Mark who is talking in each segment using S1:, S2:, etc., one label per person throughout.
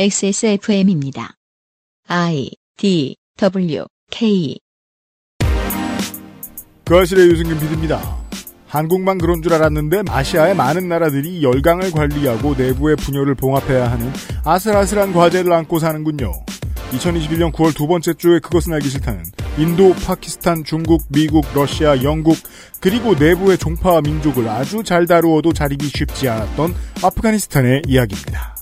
S1: XSFM입니다. I D W K
S2: 그아실의 유승균 PD입니다. 한국만 그런 줄 알았는데 마시아의 많은 나라들이 열강을 관리하고 내부의 분열을 봉합해야 하는 아슬아슬한 과제를 안고 사는군요. 2021년 9월 두 번째 주에 그것은 알기 싫다는 인도, 파키스탄, 중국, 미국, 러시아, 영국 그리고 내부의 종파와 민족을 아주 잘 다루어도 자립이 쉽지 않았던 아프가니스탄의 이야기입니다.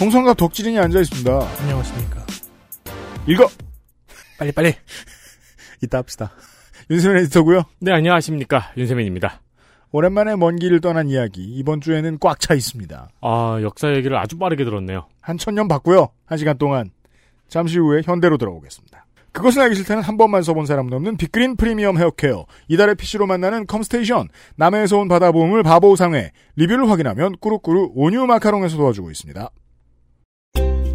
S2: 홍성갑 덕질인이 앉아 있습니다.
S3: 안녕하십니까.
S2: 읽어. 네,
S3: 빨리빨리.
S2: 이따 합시다. 윤세민 에디터고요.
S4: 네, 안녕하십니까. 윤세민입니다.
S2: 오랜만에 먼 길을 떠난 이야기. 이번 주에는 꽉 차 있습니다.
S4: 아, 역사 얘기를 아주 빠르게 들었네요.
S2: 한 천년 봤고요. 한 시간 동안. 잠시 후에 현대로 돌아오겠습니다. 그것은 알기 싫다는 한 번만 써본 사람은 없는 빅그린 프리미엄 헤어케어. 이달의 PC로 만나는 컴스테이션. 남해에서 온 바다보험을 바보상회. 리뷰를 확인하면 꾸룩꾸룩 온유 마카롱에서 도와주고 있습니다.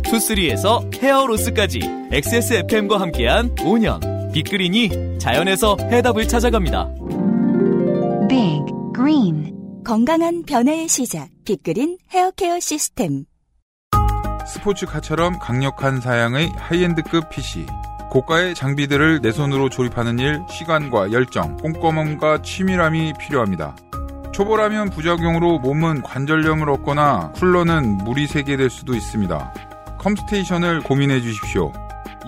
S5: 투쓰리에서 헤어로스까지 XSFM과 함께한 5년 빅그린이 자연에서 해답을 찾아갑니다.
S6: Big Green 건강한 변화의 시작 빅그린 헤어케어 시스템
S7: 스포츠카처럼 강력한 사양의 하이엔드급 PC. 고가의 장비들을 내 손으로 조립하는 일, 시간과 열정, 꼼꼼함과 치밀함이 필요합니다. 초보라면 부작용으로 몸은 관절염을 얻거나 쿨러는 물이 새게 될 수도 있습니다. 컴스테이션을 고민해 주십시오.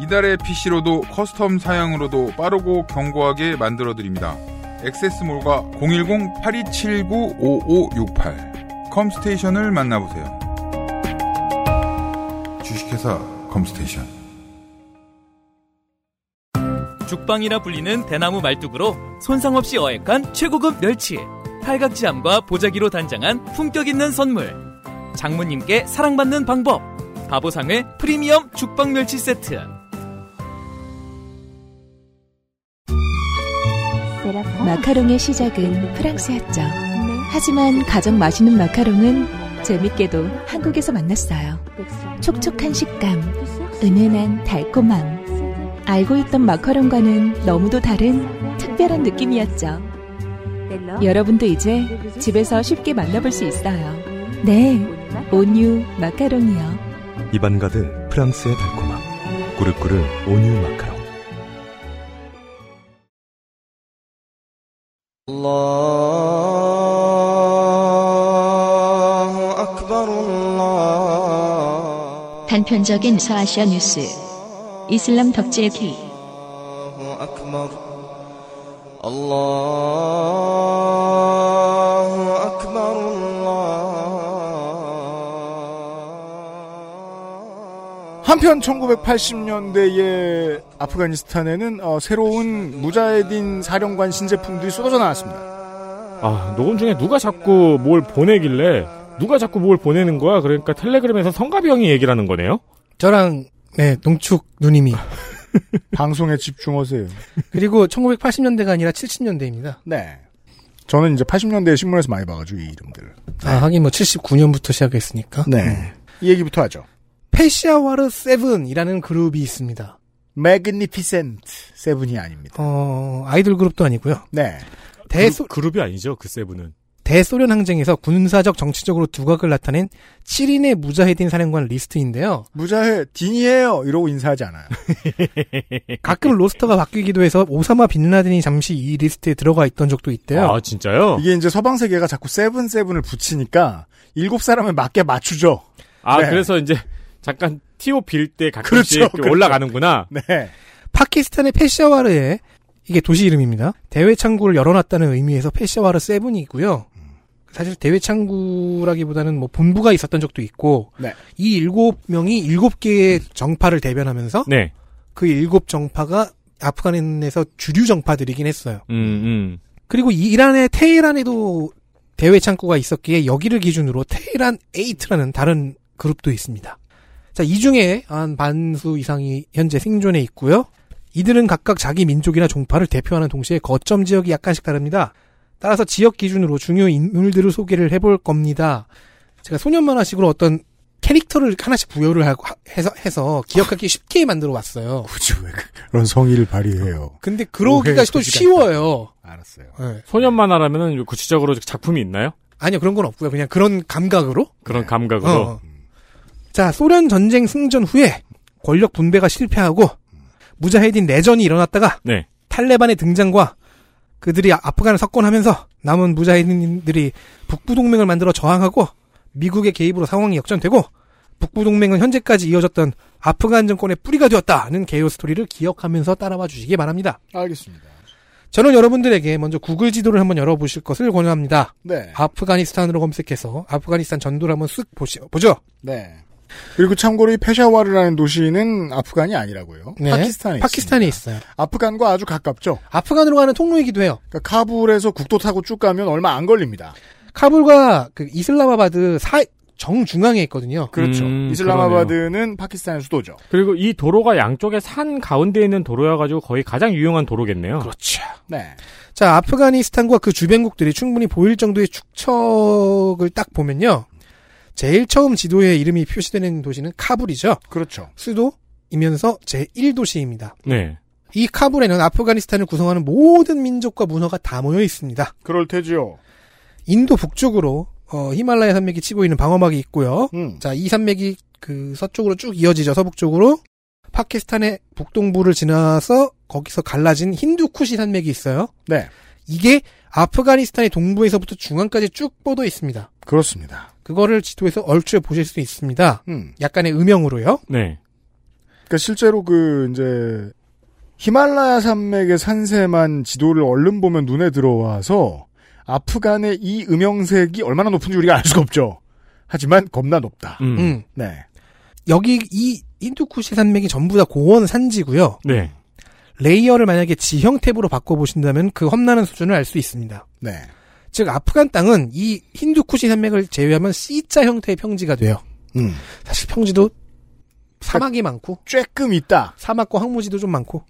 S7: 이달의 PC로도 커스텀 사양으로도 빠르고 견고하게 만들어 드립니다. 엑세스몰과 010-8279-5568 컴스테이션을 만나보세요. 주식회사 컴스테이션
S5: 죽방이라 불리는 대나무 말뚝으로 손상 없이 어획한 최고급 멸치, 팔각지함과 보자기로 단장한 품격 있는 선물, 장모님께 사랑받는 방법, 바보상회 프리미엄 죽방 멸치 세트.
S8: 마카롱의 시작은 프랑스였죠. 하지만 가장 맛있는 마카롱은 재밌게도 한국에서 만났어요. 촉촉한 식감, 은은한 달콤함. 알고 있던 마카롱과는 너무도 다른 특별한 느낌이었죠. 여러분도 이제 집에서 쉽게 만나볼 수 있어요. 네, 온유 마카롱이요.
S9: 입안 가득 프랑스의 달콤함. 꾸르꾸르 온유 마카롱.
S1: 단편적인 서아시아 뉴스 이슬람 덕질 K
S2: 한편 1980년대의 아프가니스탄에는 어, 새로운 무자헤딘 사령관 신제품들이 쏟아져 나왔습니다.
S4: 아, 녹음 중에 누가 자꾸 뭘 보내길래, 누가 자꾸 뭘 보내는 거야? 그러니까 텔레그램에서 성가비 형이 얘기를 하는 거네요?
S3: 저랑, 네, 농축 누님이.
S2: 방송에 집중하세요.
S3: 그리고 1980년대가 아니라 70년대입니다.
S2: 네. 저는 이제 80년대 신문에서 많이 봐가지고 이 이름들을.
S3: 아, 하긴 뭐 79년부터 시작했으니까.
S2: 네. 이 얘기부터 하죠.
S3: 페시아와르 세븐이라는 그룹이 있습니다.
S2: 매그니피센트 세븐이 아닙니다.
S3: 어, 아이돌 그룹도 아니고요.
S2: 네.
S3: 대소,
S4: 그룹, 이 아니죠, 그 세븐은.
S3: 대소련 항쟁에서 군사적 정치적으로 두각을 나타낸 7인의 무자헤딘 사령관 리스트인데요.
S2: 무자헤 딘이에요 이러고 인사하지 않아요.
S3: 가끔 로스터가 바뀌기도 해서 오사마 빈라덴이 잠시 이 리스트에 들어가 있던 적도
S2: 네.
S3: 있대요.
S4: 아, 진짜요?
S2: 이게 이제 서방 세계가 자꾸 세븐 세븐을 붙이니까 일곱 사람에 맞게 맞추죠.
S4: 아,
S2: 네.
S4: 그래서 이제 잠깐 티오 빌 때 가끔씩
S2: 그렇죠, 그렇죠.
S4: 올라가는구나.
S2: 네.
S3: 파키스탄의 페샤와르에 이게 도시 이름입니다. 대외 창구를 열어놨다는 의미에서 페샤와르 세븐이 있고요. 사실 대외 창구라기보다는 뭐 본부가 있었던 적도 있고
S2: 네.
S3: 이 일곱 명이 일곱 개의 정파를 대변하면서
S4: 네.
S3: 그 일곱 정파가 아프간에서 주류 정파들이긴 했어요.
S4: 음, 음.
S3: 그리고 이 이란의 테헤란에도 대외 창구가 있었기에 여기를 기준으로 테헤란 8라는 다른 그룹도 있습니다. 자, 이 중에 한 반수 이상이 현재 생존해 있고요. 이들은 각각 자기 민족이나 종파를 대표하는 동시에 거점 지역이 약간씩 다릅니다. 따라서 지역 기준으로 중요 인물들을 소개를 해볼 겁니다. 제가 소년 만화식으로 어떤 캐릭터를 하나씩 부여를 하고 하- 해서 해서 기억하기 쉽게 만들어 왔어요.
S2: 굳이 왜 그런 성의를 발휘해요?
S3: 근데 그러기가
S2: 오해의
S3: 또
S2: 소지가
S3: 쉬워요.
S2: 알았어요.
S3: 예.
S4: 소년 만화라면은 구체적으로 작품이 있나요?
S3: 아니요 그런 건 없고요. 그냥 그런 감각으로.
S4: 그런
S2: 네.
S4: 감각으로.
S3: 어, 어. 자 소련 전쟁 승전 후에 권력 분배가 실패하고 무자헤딘 내전이 일어났다가
S4: 네.
S3: 탈레반의 등장과 그들이 아- 아프간을 석권하면서 남은 무자헤딘들이 북부 동맹을 만들어 저항하고 미국의 개입으로 상황이 역전되고 북부 동맹은 현재까지 이어졌던 아프간 정권의 뿌리가 되었다는 개요 스토리를 기억하면서 따라와 주시기 바랍니다.
S2: 알겠습니다.
S3: 저는 여러분들에게 먼저 구글 지도를 한번 열어보실 것을 권유합니다.
S2: 네.
S3: 아프가니스탄으로 검색해서 아프가니스탄 전도를 한번 쓱 보시, 보죠.
S2: 네. 그리고 참고로 이 페샤와르라는 도시는 아프간이 아니라고요.
S3: 네.
S2: 파키스탄에
S3: 파키스탄에
S2: 있습니다.
S3: 있어요.
S2: 아프간과 아주 가깝죠.
S3: 아프간으로 가는 통로이기도 해요.
S2: 그러니까 카불에서 국도 타고 쭉 가면 얼마 안 걸립니다.
S3: 카불과 그 이슬라마바드 사, 정중앙에 있거든요.
S2: 그렇죠.
S4: 음,
S2: 이슬라마바드는 파키스탄의 수도죠.
S4: 그리고 이 도로가 양쪽에 산 가운데 있는 도로여가지고 거의 가장 유용한 도로겠네요.
S3: 그렇죠.
S2: 네.
S3: 자, 아프가니스탄과 그 주변국들이 충분히 보일 정도의 축척을 딱 보면요. 제일 처음 지도에 이름이 표시되는 도시는 카불이죠.
S2: 그렇죠.
S3: 수도이면서 제1도시입니다.
S4: 네.
S3: 이 카불에는 아프가니스탄을 구성하는 모든 민족과 문화가 다 모여 있습니다.
S2: 그럴 테지요.
S3: 인도 북쪽으로 어, 히말라야 산맥이 치고 있는 방어막이 있고요.
S2: 음.
S3: 자, 이 산맥이 그 서쪽으로 쭉 이어지죠. 서북쪽으로. 파키스탄의 북동부를 지나서 거기서 갈라진 힌두쿠시 산맥이 있어요.
S2: 네.
S3: 이게 아프가니스탄의 동부에서부터 중앙까지 쭉 뻗어 있습니다.
S2: 그렇습니다.
S3: 그거를 지도에서 얼추에 보실 수 있습니다.
S2: 음.
S3: 약간의 음영으로요.
S4: 네.
S2: 그러니까 실제로 그 이제 히말라야 산맥의 산세만 지도를 얼른 보면 눈에 들어와서 아프간의 이 음영색이 얼마나 높은지 우리가 알 수가 없죠. 하지만 겁나 높다.
S4: 음.
S3: 음.
S2: 네.
S3: 여기 이 힌두쿠시 산맥이 전부 다 고원 산지고요.
S4: 네.
S3: 레이어를 만약에 지형 탭으로 바꿔 보신다면 그 험난한 수준을 알 수 있습니다.
S2: 네.
S3: 즉 아프간 땅은 이 힌두쿠시 산맥을 제외하면 C자 형태의 평지가 돼요.
S2: 음.
S3: 사실 평지도 사막이 많고
S2: 쬐끔 있다.
S3: 사막과 황무지도 좀 많고.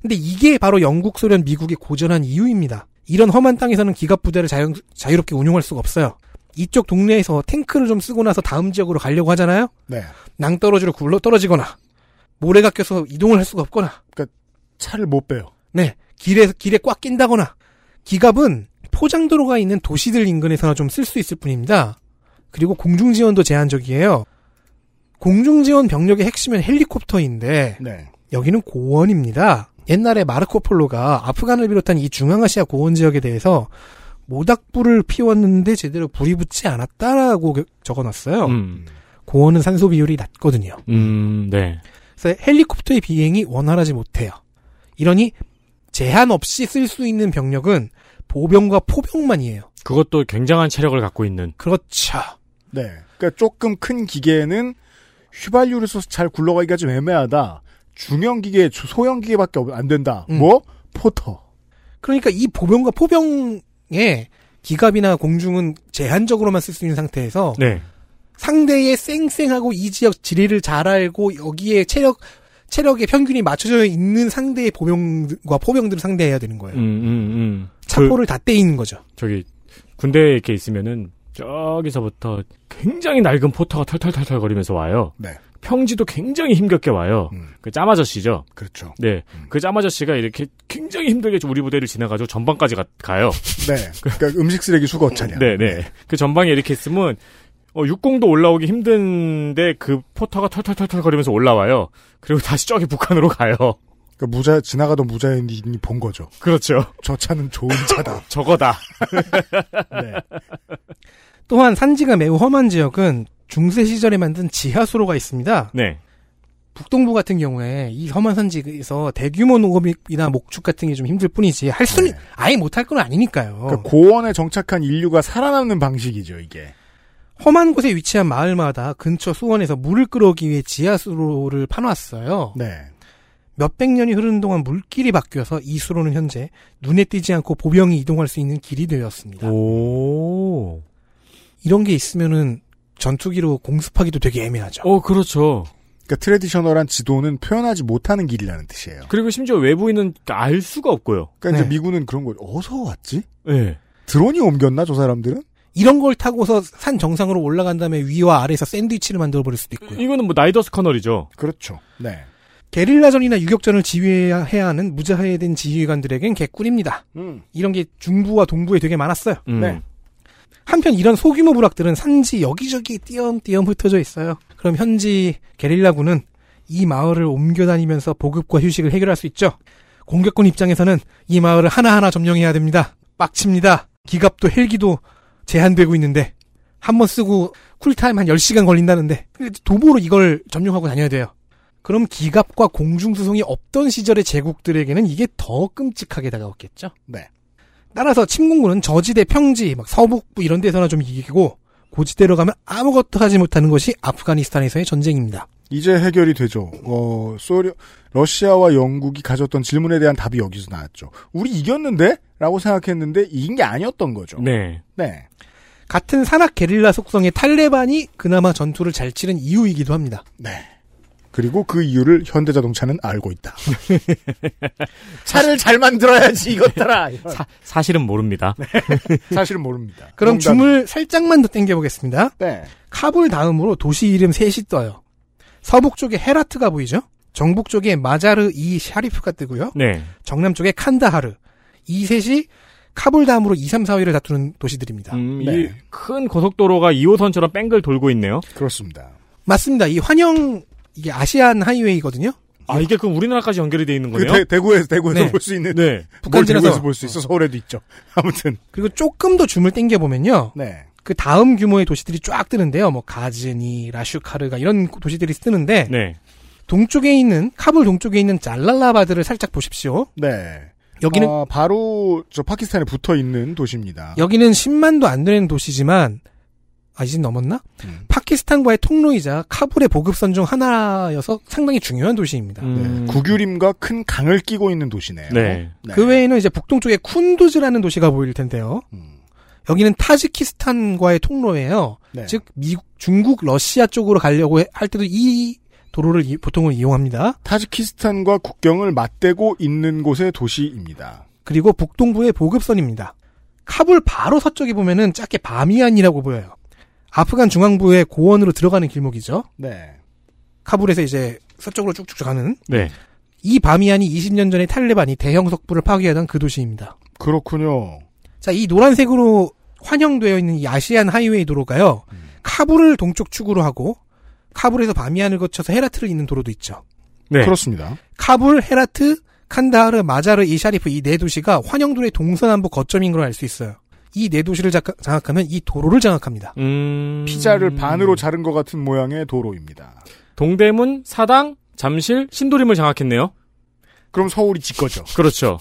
S3: 근데 이게 바로 영국, 소련, 미국이 고전한 이유입니다. 이런 험한 땅에서는 기갑 부대를 자유, 롭게 운용할 수가 없어요. 이쪽 동네에서 탱크를 좀 쓰고 나서 다음 지역으로 가려고 하잖아요.
S2: 네.
S3: 낭떠러지로 굴러 떨어지거나 모래가 껴서 이동을 할 수가 없거나,
S2: 차를 못 빼요.
S3: 네 길에 길에 꽉 낀다거나. 기갑은 포장도로가 있는 도시들 인근에서나 좀 쓸 수 있을 뿐입니다. 그리고 공중 지원도 제한적이에요. 공중 지원 병력의 핵심은 헬리콥터인데
S2: 네.
S3: 여기는 고원입니다. 옛날에 마르코 폴로가 아프간을 비롯한 이 중앙아시아 고원 지역에 대해서 모닥불을 피웠는데 제대로 불이 붙지 않았다라고 겨- 적어놨어요.
S4: 음.
S3: 고원은 산소 비율이 낮거든요.
S4: 음. 네.
S3: 그래서 헬리콥터의 비행이 원활하지 못해요. 이러니 제한 없이 쓸 수 있는 병력은 보병과 포병만이에요.
S4: 그것도 굉장한 체력을 갖고 있는.
S3: 그렇죠.
S2: 네. 그러니까 조금 큰 기계는 휘발유를 써서 잘 굴러가기가 좀 애매하다. 중형 기계, 조- 소형 기계밖에 없- 안 된다.
S3: 음.
S2: 뭐? 포터.
S3: 그러니까 이 보병과 포병의 기갑이나 공중은 제한적으로만 쓸 수 있는 상태에서
S4: 네.
S3: 상대의 쌩쌩하고 이 지역 지리를 잘 알고 여기에 체력 체력의 평균이 맞춰져 있는 상대의 보병과 포병들을 상대해야 되는
S4: 음,
S3: 거예요.
S4: 음, 음.
S3: 차포를 다 떼이는 거죠.
S4: 저기 군대에 이렇게 있으면은 저기서부터 굉장히 낡은 포터가 털털털털 거리면서 와요.
S2: 네.
S4: 평지도 굉장히 힘겹게 와요.
S2: 음.
S4: 그 짬아저씨죠.
S2: 그렇죠.
S4: 네. 그 짬아저씨가 이렇게 굉장히 힘들게 우리 부대를 지나가지고 전방까지 가, 가요.
S2: 네. 그러니까 음식 쓰레기 수거 차량.
S4: 네, 네. 그 전방에 이렇게 있으면 어, 육공도 올라오기 힘든데 그 포터가 털털털털 거리면서 올라와요. 그리고 다시 저기 북한으로 가요.
S2: 그러니까 무자 지나가던 무자인이 본 거죠.
S4: 그렇죠.
S2: 저 차는 좋은 차다.
S4: 저거다.
S2: 네.
S3: 또한 산지가 매우 험한 지역은 중세 시절에 만든 지하수로가 있습니다.
S4: 네.
S3: 북동부 같은 경우에 이 험한 산지에서 대규모 농업이나 목축 같은 게 좀 힘들 뿐이지 할 수는
S2: 네.
S3: 아예 못할 건 아니니까요.
S2: 그러니까 고원에 정착한 인류가 살아남는 방식이죠, 이게.
S3: 험한 곳에 위치한 마을마다 근처 수원에서 물을 끌어오기 위해 지하수로를 파놨어요.
S2: 네.
S3: 몇백 년이 흐르는 동안 물길이 바뀌어서 이 수로는 현재 눈에 띄지 않고 보병이 이동할 수 있는 길이 되었습니다.
S4: 오.
S3: 이런 게 있으면은 전투기로 공습하기도 되게 애매하죠.
S4: 어, 그렇죠.
S2: 그러니까 트레디셔널한 지도는 표현하지 못하는 길이라는 뜻이에요.
S4: 그리고 심지어 외부인은 알 수가 없고요.
S2: 그러니까
S3: 네.
S2: 이제 미군은 그런 거죠. 어디서 왔지?
S4: 네.
S2: 드론이 옮겼나 저 사람들은?
S3: 이런 걸 타고서 산 정상으로 올라간 다음에 위와 아래에서 샌드위치를 만들어 버릴 수도 있고요.
S4: 이거는 뭐 나이더스 커널이죠.
S2: 그렇죠. 네.
S3: 게릴라전이나 유격전을 지휘해야 하는 무자해된 지휘관들에겐 개꿀입니다.
S2: 음.
S3: 이런 게 중부와 동부에 되게 많았어요.
S4: 음.
S2: 네.
S3: 한편 이런 소규모 부락들은 산지 여기저기 띄엄띄엄 흩어져 있어요. 그럼 현지 게릴라군은 이 마을을 옮겨다니면서 보급과 휴식을 해결할 수 있죠. 공격군 입장에서는 이 마을을 하나하나 점령해야 됩니다. 빡칩니다. 기갑도 헬기도 제한되고 있는데 한 번 쓰고 쿨타임 한 10시간 걸린다는데 근데 도보로 이걸 점령하고 다녀야 돼요. 그럼 기갑과 공중수송이 없던 시절의 제국들에게는 이게 더 끔찍하게 다가왔겠죠.
S2: 네.
S3: 따라서 침공군은 저지대 평지, 막 서북부 뭐 이런 데서나 좀 이기고 고지대로 가면 아무것도 하지 못하는 것이 아프가니스탄에서의 전쟁입니다.
S2: 이제 해결이 되죠. 어, 소련, 러시아와 영국이 가졌던 질문에 대한 답이 여기서 나왔죠. 우리 이겼는데? 라고 생각했는데 이긴 게 아니었던 거죠.
S4: 네.
S2: 네.
S3: 같은 산악 게릴라 속성의 탈레반이 그나마 전투를 잘 치른 이유이기도 합니다.
S2: 그리고 그 이유를 현대자동차는 알고 있다. 차를 잘 만들어야지 이것더라. 이런.
S4: 사, 사실은 모릅니다.
S2: 사실은 모릅니다.
S3: 그럼
S2: 농담.
S3: 줌을 살짝만 더 땡겨보겠습니다.
S2: 네.
S3: 카불 다음으로 도시 이름 셋이 떠요. 서북 쪽에 헤라트가 보이죠? 정북 쪽에 마자르 이 샤리프가 뜨고요.
S4: 네.
S3: 정남 쪽에 칸다하르. 이 셋이 카불 다음으로 2, 3, 4위를 다투는 도시들입니다.
S4: 음,
S2: 네.
S4: 이 큰 고속도로가 2호선처럼 뺑글 돌고 있네요.
S2: 그렇습니다.
S3: 맞습니다. 이 환영 이게 아시안 하이웨이거든요.
S4: 아, 이게 그럼 우리나라까지 연결이 돼 있는
S2: 그 대,
S4: 거네요?
S2: 대구에서 대구에서
S3: 네.
S2: 볼 수 있는
S4: 네.
S2: 뭘 대구에서
S3: 북한진에서
S2: 볼 수 있어 서울에도 있죠. 아무튼
S3: 그리고 조금 더 줌을 땡겨 보면요.
S2: 네.
S3: 그 다음 규모의 도시들이 쫙 뜨는데요. 뭐 가즈니, 라슈카르가 이런 도시들이 뜨는데
S4: 네.
S3: 동쪽에 있는 카불 동쪽에 있는 잘랄라바드를 살짝 보십시오.
S2: 네.
S3: 여기는
S2: 아, 바로 저 파키스탄에 붙어 있는 도시입니다.
S3: 여기는 10만도 안 되는 도시지만 아 이제 넘었나?
S2: 음.
S3: 파키스탄과의 통로이자 카불의 보급선 중 하나여서 상당히 중요한 도시입니다.
S4: 음.
S2: 네. 구규림과 큰 강을 끼고 있는 도시네요.
S4: 네.
S2: 네.
S3: 그 외에는 이제 북동쪽에 쿤두즈라는 도시가 보일 텐데요.
S2: 음.
S3: 여기는 타지키스탄과의 통로예요.
S2: 네.
S3: 즉 미국, 중국, 러시아 쪽으로 가려고 해- 할 때도 이 도로를 이- 보통은 이용합니다.
S2: 타지키스탄과 국경을 맞대고 있는 곳의 도시입니다.
S3: 그리고 북동부의 보급선입니다. 카불 바로 서쪽에 보면은 작게 바미안이라고 보여요. 아프간 중앙부의 고원으로 들어가는 길목이죠.
S2: 네.
S3: 카불에서 이제 서쪽으로 쭉쭉 가는
S4: 네.
S3: 이 바미안이 20년 전에 탈레반이 대형 석부를 파괴하던 그 도시입니다.
S2: 그렇군요.
S3: 자, 이 노란색으로 환영되어 있는 이 아시안 하이웨이 도로가요. 카불을 동쪽 축으로 하고 카불에서 바미안을 거쳐서 헤라트를 잇는 도로도 있죠.
S4: 네.
S2: 그렇습니다.
S3: 카불, 헤라트, 칸다하르, 마자르, 이샤리프 이 네 도시가 환영도의 동서남부 거점인 걸 알 수 있어요. 이 네 도시를 작- 장악하면 이 도로를 장악합니다.
S4: 음.
S2: 피자를 반으로 자른 것 같은 모양의 도로입니다.
S4: 동대문, 사당, 잠실, 신도림을 장악했네요.
S2: 그럼 서울이 지 거죠.
S4: 그렇죠.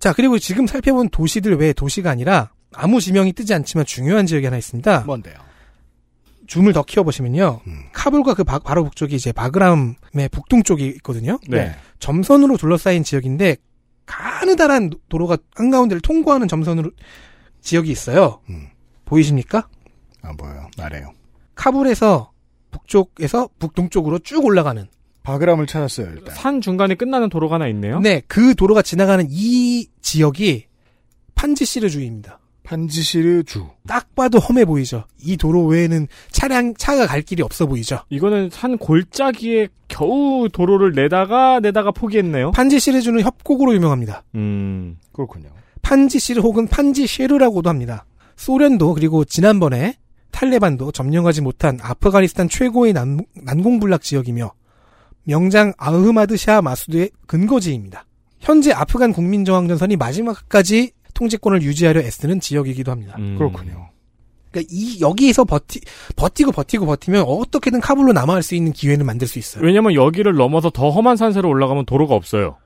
S3: 자, 그리고 지금 살펴본 도시들 외에 도시가 아니라 아무 지명이 뜨지 않지만 중요한 지역이 하나
S4: 아.
S3: 있습니다.
S2: 뭔데요?
S3: 줌을 더 키워보시면요. 카불과 그 바, 로 북쪽이 이제 바그람의 북동쪽이 있거든요.
S4: 네.
S3: 점선으로 둘러싸인 지역인데 가느다란 도로가 한가운데를 통과하는 점선으로 지역이 있어요.
S2: 음.
S3: 보이십니까?
S2: 안 보여요. 나래요.
S3: 카불에서 북쪽에서 북동쪽으로 쭉 올라가는
S2: 바그람을 찾았어요, 일단.
S4: 산 중간에 끝나는 도로가 하나 있네요.
S3: 네, 그 도로가 지나가는 이 지역이 판지시르주입니다.
S2: 판지시르주.
S3: 딱 봐도 험해 보이죠. 이 도로 외에는 차량 차가 갈 길이 없어 보이죠.
S4: 이거는 산 골짜기에 겨우 도로를 내다가 내다가 포기했네요.
S3: 판지시르주는 협곡으로 유명합니다.
S4: 음.
S2: 그렇군요.
S3: 판지시르 혹은 판지쉐르라고도 합니다. 소련도 그리고 지난번에 탈레반도 점령하지 못한 아프가니스탄 최고의 난, 난공불락 지역이며 명장 아흐마드 샤 마수드의 근거지입니다. 현재 아프간 국민저항전선이 마지막까지 통제권을 유지하려 애쓰는 지역이기도 합니다.
S4: 음.
S2: 아, 그렇군요.
S3: 그러니까 이 여기에서 버티, 버티고 버티고 버티면 어떻게든 카불로 남아갈 수 있는 기회는 만들 수 있어요.
S4: 왜냐면 여기를 넘어서 더 험한 산세로 올라가면 도로가 없어요.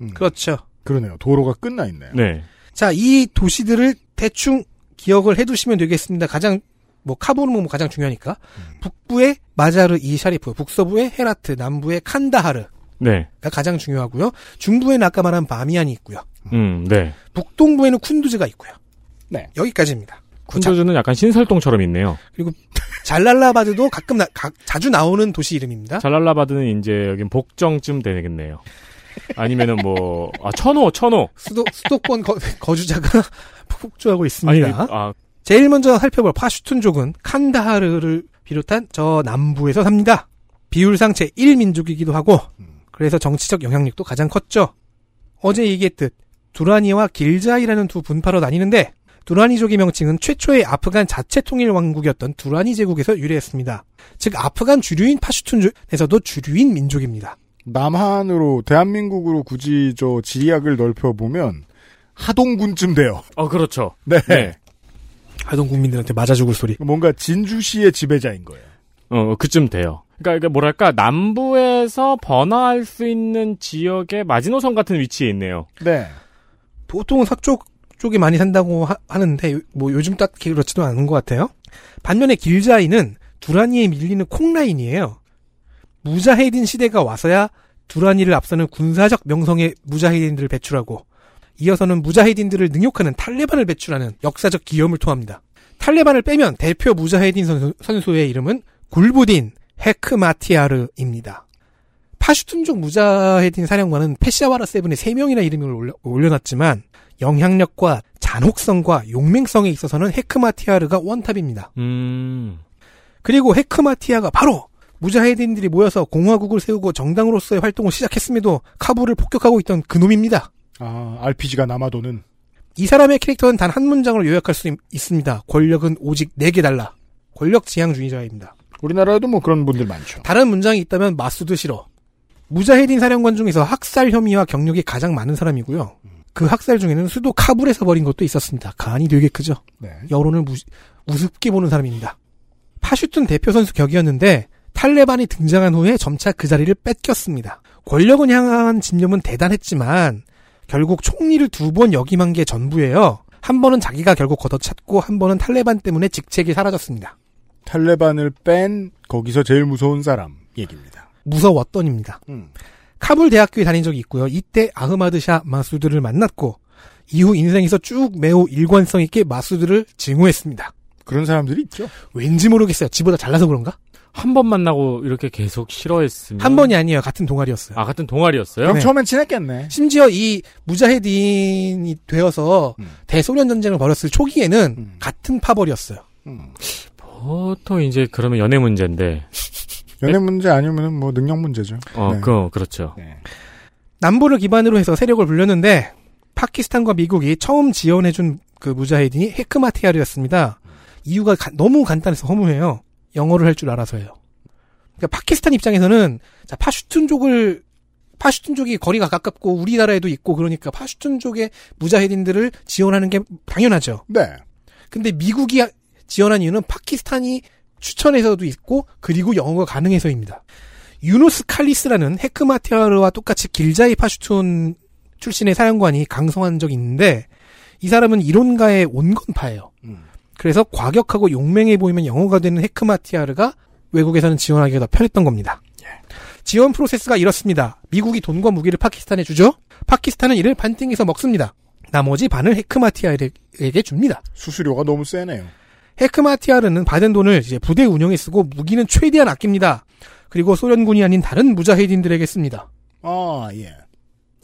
S2: 음.
S3: 그렇죠.
S2: 그러네요. 도로가 끝나 있네요.
S4: 네.
S3: 자, 이 도시들을 대충 기억을 해두시면 되겠습니다. 가장 뭐 카보르 뭐 가장 중요하니까 북부의 마자르 이 샤리프, 북서부의 헤라트, 남부의 칸다하르가
S4: 네.
S3: 가장 중요하고요. 중부에는 아까 말한 바미안이 있고요.
S4: 음, 네.
S3: 북동부에는 쿤두즈가 있고요.
S2: 네.
S3: 여기까지입니다. 자,
S4: 쿤조주는 약간 신설동처럼 있네요.
S3: 잘랄라바드도 가끔 나- 가- 자주 나오는 도시 이름입니다.
S4: 잘랄라바드는 이제 여긴 복정쯤 되겠네요. 아니면은 뭐, 아, 천호, 천호.
S3: 수도 수도권 거, 주자가 폭주하고
S4: 아니,
S3: 있습니다.
S4: 아,
S3: 제일 먼저 살펴볼 파슈툰족은 칸다하르를 비롯한 저 남부에서 삽니다. 비율상 제1민족이기도 하고 그래서 정치적 영향력도 가장 컸죠. 어제 얘기했듯 두라니와 길자이라는 두 분파로 나뉘는데 두라니족의 명칭은 최초의 아프간 자체 통일 왕국이었던 두라니 제국에서 유래했습니다. 즉 아프간 주류인 파슈툰족에서도 주류인 민족입니다.
S2: 남한으로 대한민국으로 굳이 저 지리학을 넓혀 보면 하동군쯤 돼요.
S4: 어, 그렇죠.
S2: 네.
S4: 네.
S3: 하동 국민들한테 맞아 죽을 소리.
S2: 뭔가 진주시의 지배자인 거예요.
S4: 어, 그쯤 돼요. 그러니까 이게 뭐랄까 남부에서 번화할 수 있는 지역의 마지노선 같은 위치에 있네요.
S2: 네.
S3: 보통 서쪽 쪽이 많이 산다고 하, 는데뭐 요즘 딱히 그렇지도 않은 것 같아요. 반면에 길자이는 두라니에 밀리는 콩라인이에요. 무자헤딘 시대가 와서야 두라니를 앞서는 군사적 명성의 무자헤딘들을 배출하고 이어서는 무자헤딘들을 능욕하는 탈레반을 배출하는 역사적 기염을 토합니다. 탈레반을 빼면 대표 무자헤딘 선수, 의 이름은 굴부딘 헤크마티아르입니다. 파슈툰족 무자헤딘 사령관은 페샤와라 세븐의 3명이나 이름을 올려- 올려놨지만 영향력과 잔혹성과 용맹성에 있어서는 헤크마티아르가 원탑입니다.
S4: 음.
S3: 그리고 헤크마티아가 바로 무자헤딘들이 모여서 공화국을 세우고 정당으로서의 활동을 시작했음에도 카불을 폭격하고 있던 그놈입니다.
S2: 아, RPG가 남아도는.
S3: 이 사람의 캐릭터는 단 한 문장으로 요약할 수 있- 있습니다. 권력은 오직 내게 달라. 권력 지향주의자입니다.
S2: 우리나라에도 뭐 그런 분들 많죠.
S3: 다른 문장이 있다면 마수드 싫어. 무자헤딘 사령관 중에서 학살 혐의와 경력이 가장 많은 사람이고요. 그 학살 중에는 수도 카불에서 벌인 것도 있었습니다. 간이 되게 크죠.
S2: 네.
S3: 여론을 무, 우습게 보는 사람입니다. 파슈툰 대표 선수 격이었는데 탈레반이 등장한 후에 점차 그 자리를 뺏겼습니다. 권력을 향한 집념은 대단했지만 결국 총리를 두 번 역임한 게 전부예요. 한 번은 자기가 결국 걷어찼고 한 번은 탈레반 때문에 직책이 사라졌습니다.
S2: 탈레반을 뺀 거기서 제일 무서운 사람 얘기입니다.
S3: 무서웠던입니다.
S2: 음.
S3: 카불 대학교에 다닌 적이 있고요. 이때 아흐마드 샤 마수드를 만났고 이후 인생에서 쭉 매우 일관성 있게 마수드를 증오했습니다.
S2: 그런 사람들이 있죠.
S3: 왠지 모르겠어요. 지보다 잘나서 그런가?
S4: 한 번 만나고 이렇게 계속
S2: 음.
S4: 싫어했으면
S3: 한 번이 아니에요. 같은 동아리였어요.
S4: 아 같은 동아리였어요?
S2: 그럼
S3: 네.
S2: 처음엔 친했겠네.
S3: 심지어 이 무자헤딘이 되어서
S2: 음.
S3: 대소련 전쟁을 벌였을 초기에는
S2: 음.
S3: 같은 파벌이었어요.
S2: 음.
S4: 보통 어, 이제 그러면 연애 문제인데.
S2: 연애 문제 아니면 뭐 능력 문제죠.
S4: 어,
S2: 네.
S4: 그 그렇죠.
S2: 네.
S3: 남부를 기반으로 해서 세력을 불렸는데 파키스탄과 미국이 처음 지원해준 그 무자헤딘이 헤크마티아르였습니다. 이유가 가- 너무 간단해서 허무해요. 영어를 할 줄 알아서요. 그러니까 파키스탄 입장에서는 자, 파슈툰족을 파슈툰족이 거리가 가깝고 우리나라에도 있고 그러니까 파슈툰족의 무자헤딘들을 지원하는 게 당연하죠.
S2: 네.
S3: 근데 미국이 지원한 이유는 파키스탄이 추천해서도 있고 그리고 영어가 가능해서입니다. 유노스 칼리스라는 헤크마티아르와 똑같이 길자이 파슈툰 출신의 사령관이 강성한 적이 있는데 이 사람은 이론가의 온건파예요.
S2: 음.
S3: 그래서 과격하고 용맹해 보이면 영어가 되는 헤크마티아르가 외국에서는 지원하기가 더 편했던 겁니다. 지원 프로세스가 이렇습니다. 미국이 돈과 무기를 파키스탄에 주죠. 파키스탄은 이를 반띵해서 먹습니다. 나머지 반을 헤크마티아르에게 줍니다.
S2: 수수료가 너무 세네요.
S3: 헤크마티아르는 받은 돈을 이제 부대 운영에 쓰고 무기는 최대한 아낍니다. 그리고 소련군이 아닌 다른 무자헤딘들에게 씁니다.
S2: 아, 예.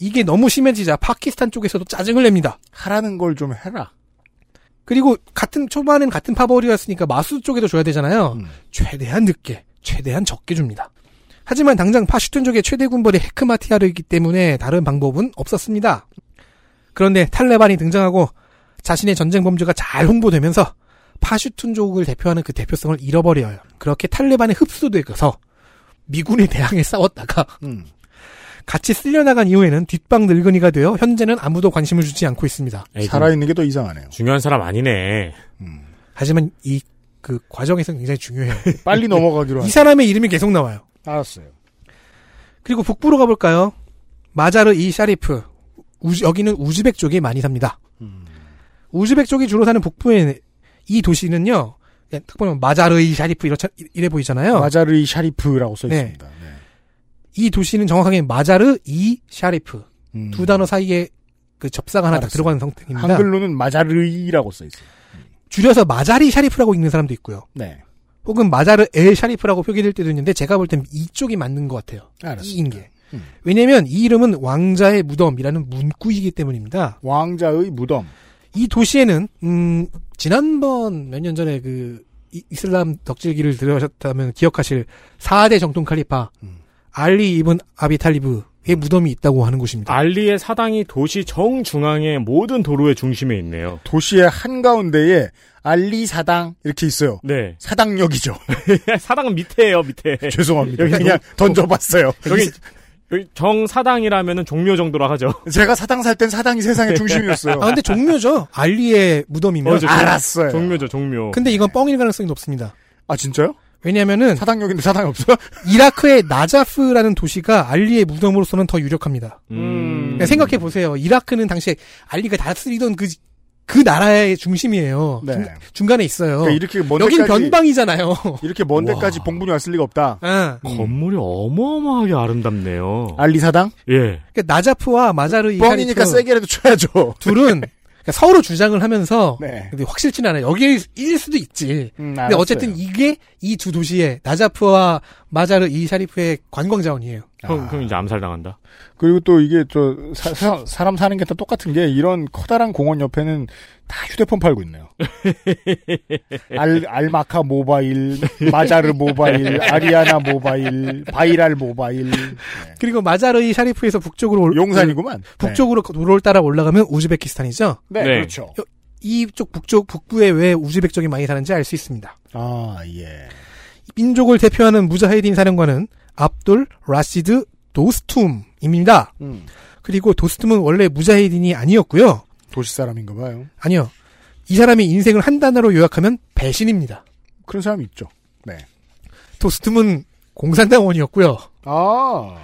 S3: 이게 너무 심해지자 파키스탄 쪽에서도 짜증을 냅니다.
S2: 하라는 걸 좀 해라.
S3: 그리고 같은 초반엔 같은 파벌이었으니까 마수 쪽에도 줘야 되잖아요.
S2: 음.
S3: 최대한 늦게, 최대한 적게 줍니다. 하지만 당장 파슈툰족의 최대 군벌이 헤크마티아르이기 때문에 다른 방법은 없었습니다. 그런데 탈레반이 등장하고 자신의 전쟁 범죄가 잘 홍보되면서 파슈툰족을 대표하는 그 대표성을 잃어버려요. 그렇게 탈레반에 흡수돼서 미군에 대항해 싸웠다가
S2: 음.
S3: 같이 쓸려나간 이후에는 뒷방 늙은이가 되어 현재는 아무도 관심을 주지 않고 있습니다.
S4: 에이,
S2: 살아있는 게 더 이상하네요.
S4: 중요한 사람 아니네.
S2: 음.
S3: 하지만 이 그 과정에서 굉장히 중요해요.
S2: 빨리 넘어가기로
S3: 이
S2: 하죠.
S3: 사람의 이름이 계속 나와요.
S2: 알았어요.
S3: 그리고 북부로 가볼까요? 마자르 이 샤리프. 우즈- 여기는 우즈벡 쪽이 많이 삽니다.
S2: 음.
S3: 우즈벡 쪽이 주로 사는 북부의 이 도시는요. 그냥 딱 보면 마자르 이 샤리프 이렇 이래 보이잖아요.
S2: 마자르이 샤리프라고 써
S3: 네.
S2: 있습니다. 네.
S3: 이 도시는 정확하게 마자르 이 샤리프
S2: 음.
S3: 두 단어 사이에 그 접사가 하나 딱
S2: 알았어요.
S3: 들어가는 성태입니다.
S2: 한글로는 마자르이라고 써 있어요.
S3: 줄여서 마자리 샤리프라고 읽는 사람도 있고요.
S2: 네.
S3: 혹은 마자르 엘 샤리프라고 표기될 때도 있는데 제가 볼 땐 이쪽이 맞는 것 같아요. 이인
S2: 알았습니다.
S3: 게.
S2: 음.
S3: 왜냐면 이 이름은 왕자의 무덤이라는 문구이기 때문입니다.
S2: 왕자의 무덤.
S3: 이 도시에는 음, 지난번 몇 년 전에 그 이- 이슬람 덕질기를 들으셨다면 기억하실 4대 정통 칼리파
S2: 음.
S3: 알리 이븐 아비 탈리브의 무덤이 있다고 하는 곳입니다.
S4: 알리의 사당이 도시 정중앙의 모든 도로의 중심에 있네요.
S2: 도시의 한가운데에 알리 사당 이렇게 있어요.
S4: 네.
S2: 사당역이죠.
S4: 사당은 밑에예요, 밑에.
S2: 죄송합니다.
S4: 여기
S2: 그냥 던져봤어요.
S4: 여기 여기 정사당이라면은 종묘 정도라 하죠.
S2: 제가 사당 살 땐 사당이 세상의 중심이었어요.
S3: 아 네. 근데 종묘죠. 알리의 무덤이면.
S4: 어, 저-
S2: 알았어요. 네.
S4: 종묘죠, 종묘.
S3: 근데 이건 뻥일 가능성이 높습니다.
S2: 아 진짜요?
S3: 왜냐면은
S2: 사당역인데 사당이 없어?
S3: 이라크의 나자프라는 도시가 알리의 무덤으로서는 더 유력합니다. 그러니까
S4: 음.
S3: 생각해 보세요. 이라크는 당시에 알리가 다스리던 그, 그 나라의 중심이에요.
S2: 네.
S3: 중, 중간에 어, 있어요.
S2: 그러니까 이렇게 먼
S3: 여긴
S2: 데까지
S3: 변방이잖아요.
S2: 이렇게 먼 데까지
S4: 와.
S2: 봉분이 왔을 리가 없다.
S3: 예.
S4: 건물이 어마어마하게 아름답네요.
S2: 알리 사당?
S4: 예.
S3: 그러니까 나자프와 마자르 이카리프
S2: 뻥이니까 세게라도 쳐야죠.
S3: 둘은 그러니까 서로 주장을 하면서
S2: 네.
S3: 근데 확실치는 않아요. 여기일 일 수도 있지.
S2: 음,
S3: 근데
S2: 알았어요.
S3: 어쨌든 이게 이 두 도시의 나자프와 마자르 이 샤리프의 관광 자원이에요.
S2: 아.
S4: 형, 형 이제 암살 당한다.
S2: 그리고 또 이게 저 사, 람 사는 게 다 똑같은 게 이런 커다란 공원 옆에는 다 휴대폰 팔고 있네요. 알 알마카 모바일, 마자르 모바일, 아리아나 모바일, 바이랄 모바일. 네.
S3: 그리고 마자르 이 샤리프에서 북쪽으로 올- 그
S2: 용산이구만. 네.
S3: 북쪽으로 도로를 따라 올라가면 우즈베키스탄이죠.
S2: 네,
S4: 네.
S2: 그렇죠.
S3: 이쪽 북쪽 북부에 왜 우즈벡 쪽이 많이 사는지 알 수 있습니다.
S2: 아 예.
S3: 민족을 대표하는 무자헤딘 사령관은 압둘 라시드 도스툼입니다.
S2: 음,
S3: 그리고 도스툼은 원래 무자헤딘이 아니었고요.
S2: 도시 사람인가 봐요.
S3: 아니요. 이 사람의 인생을 한 단어로 요약하면 배신입니다.
S2: 그런 사람이 있죠.
S3: 도스툼은 공산당원이었고요.
S2: 아,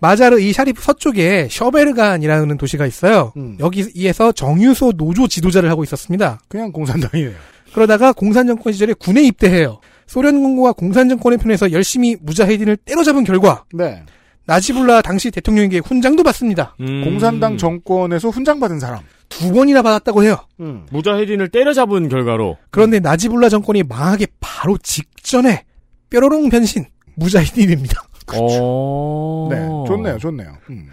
S3: 마자르 이 샤리프 서쪽에 셔베르간이라는 도시가 있어요.
S2: 음.
S3: 여기에서 정유소 노조 지도자를 하고 있었습니다.
S2: 그냥 공산당이에요.
S3: 그러다가 공산정권 시절에 군에 입대해요. 소련군과 공산정권의 편에서 열심히 무자헤딘을 때려잡은 결과
S2: 네,
S3: 나지불라 당시 대통령에게 훈장도 받습니다.
S4: 음.
S2: 공산당 정권에서 훈장 받은 사람.
S3: 두 번이나 받았다고 해요.
S2: 음.
S4: 무자헤딘을 때려잡은 결과로
S3: 그런데 나지불라 정권이 망하기 바로 직전에 뾰로롱 변신 무자헤딘입니다.
S4: 어...
S2: 네, 좋네요, 좋네요. 음.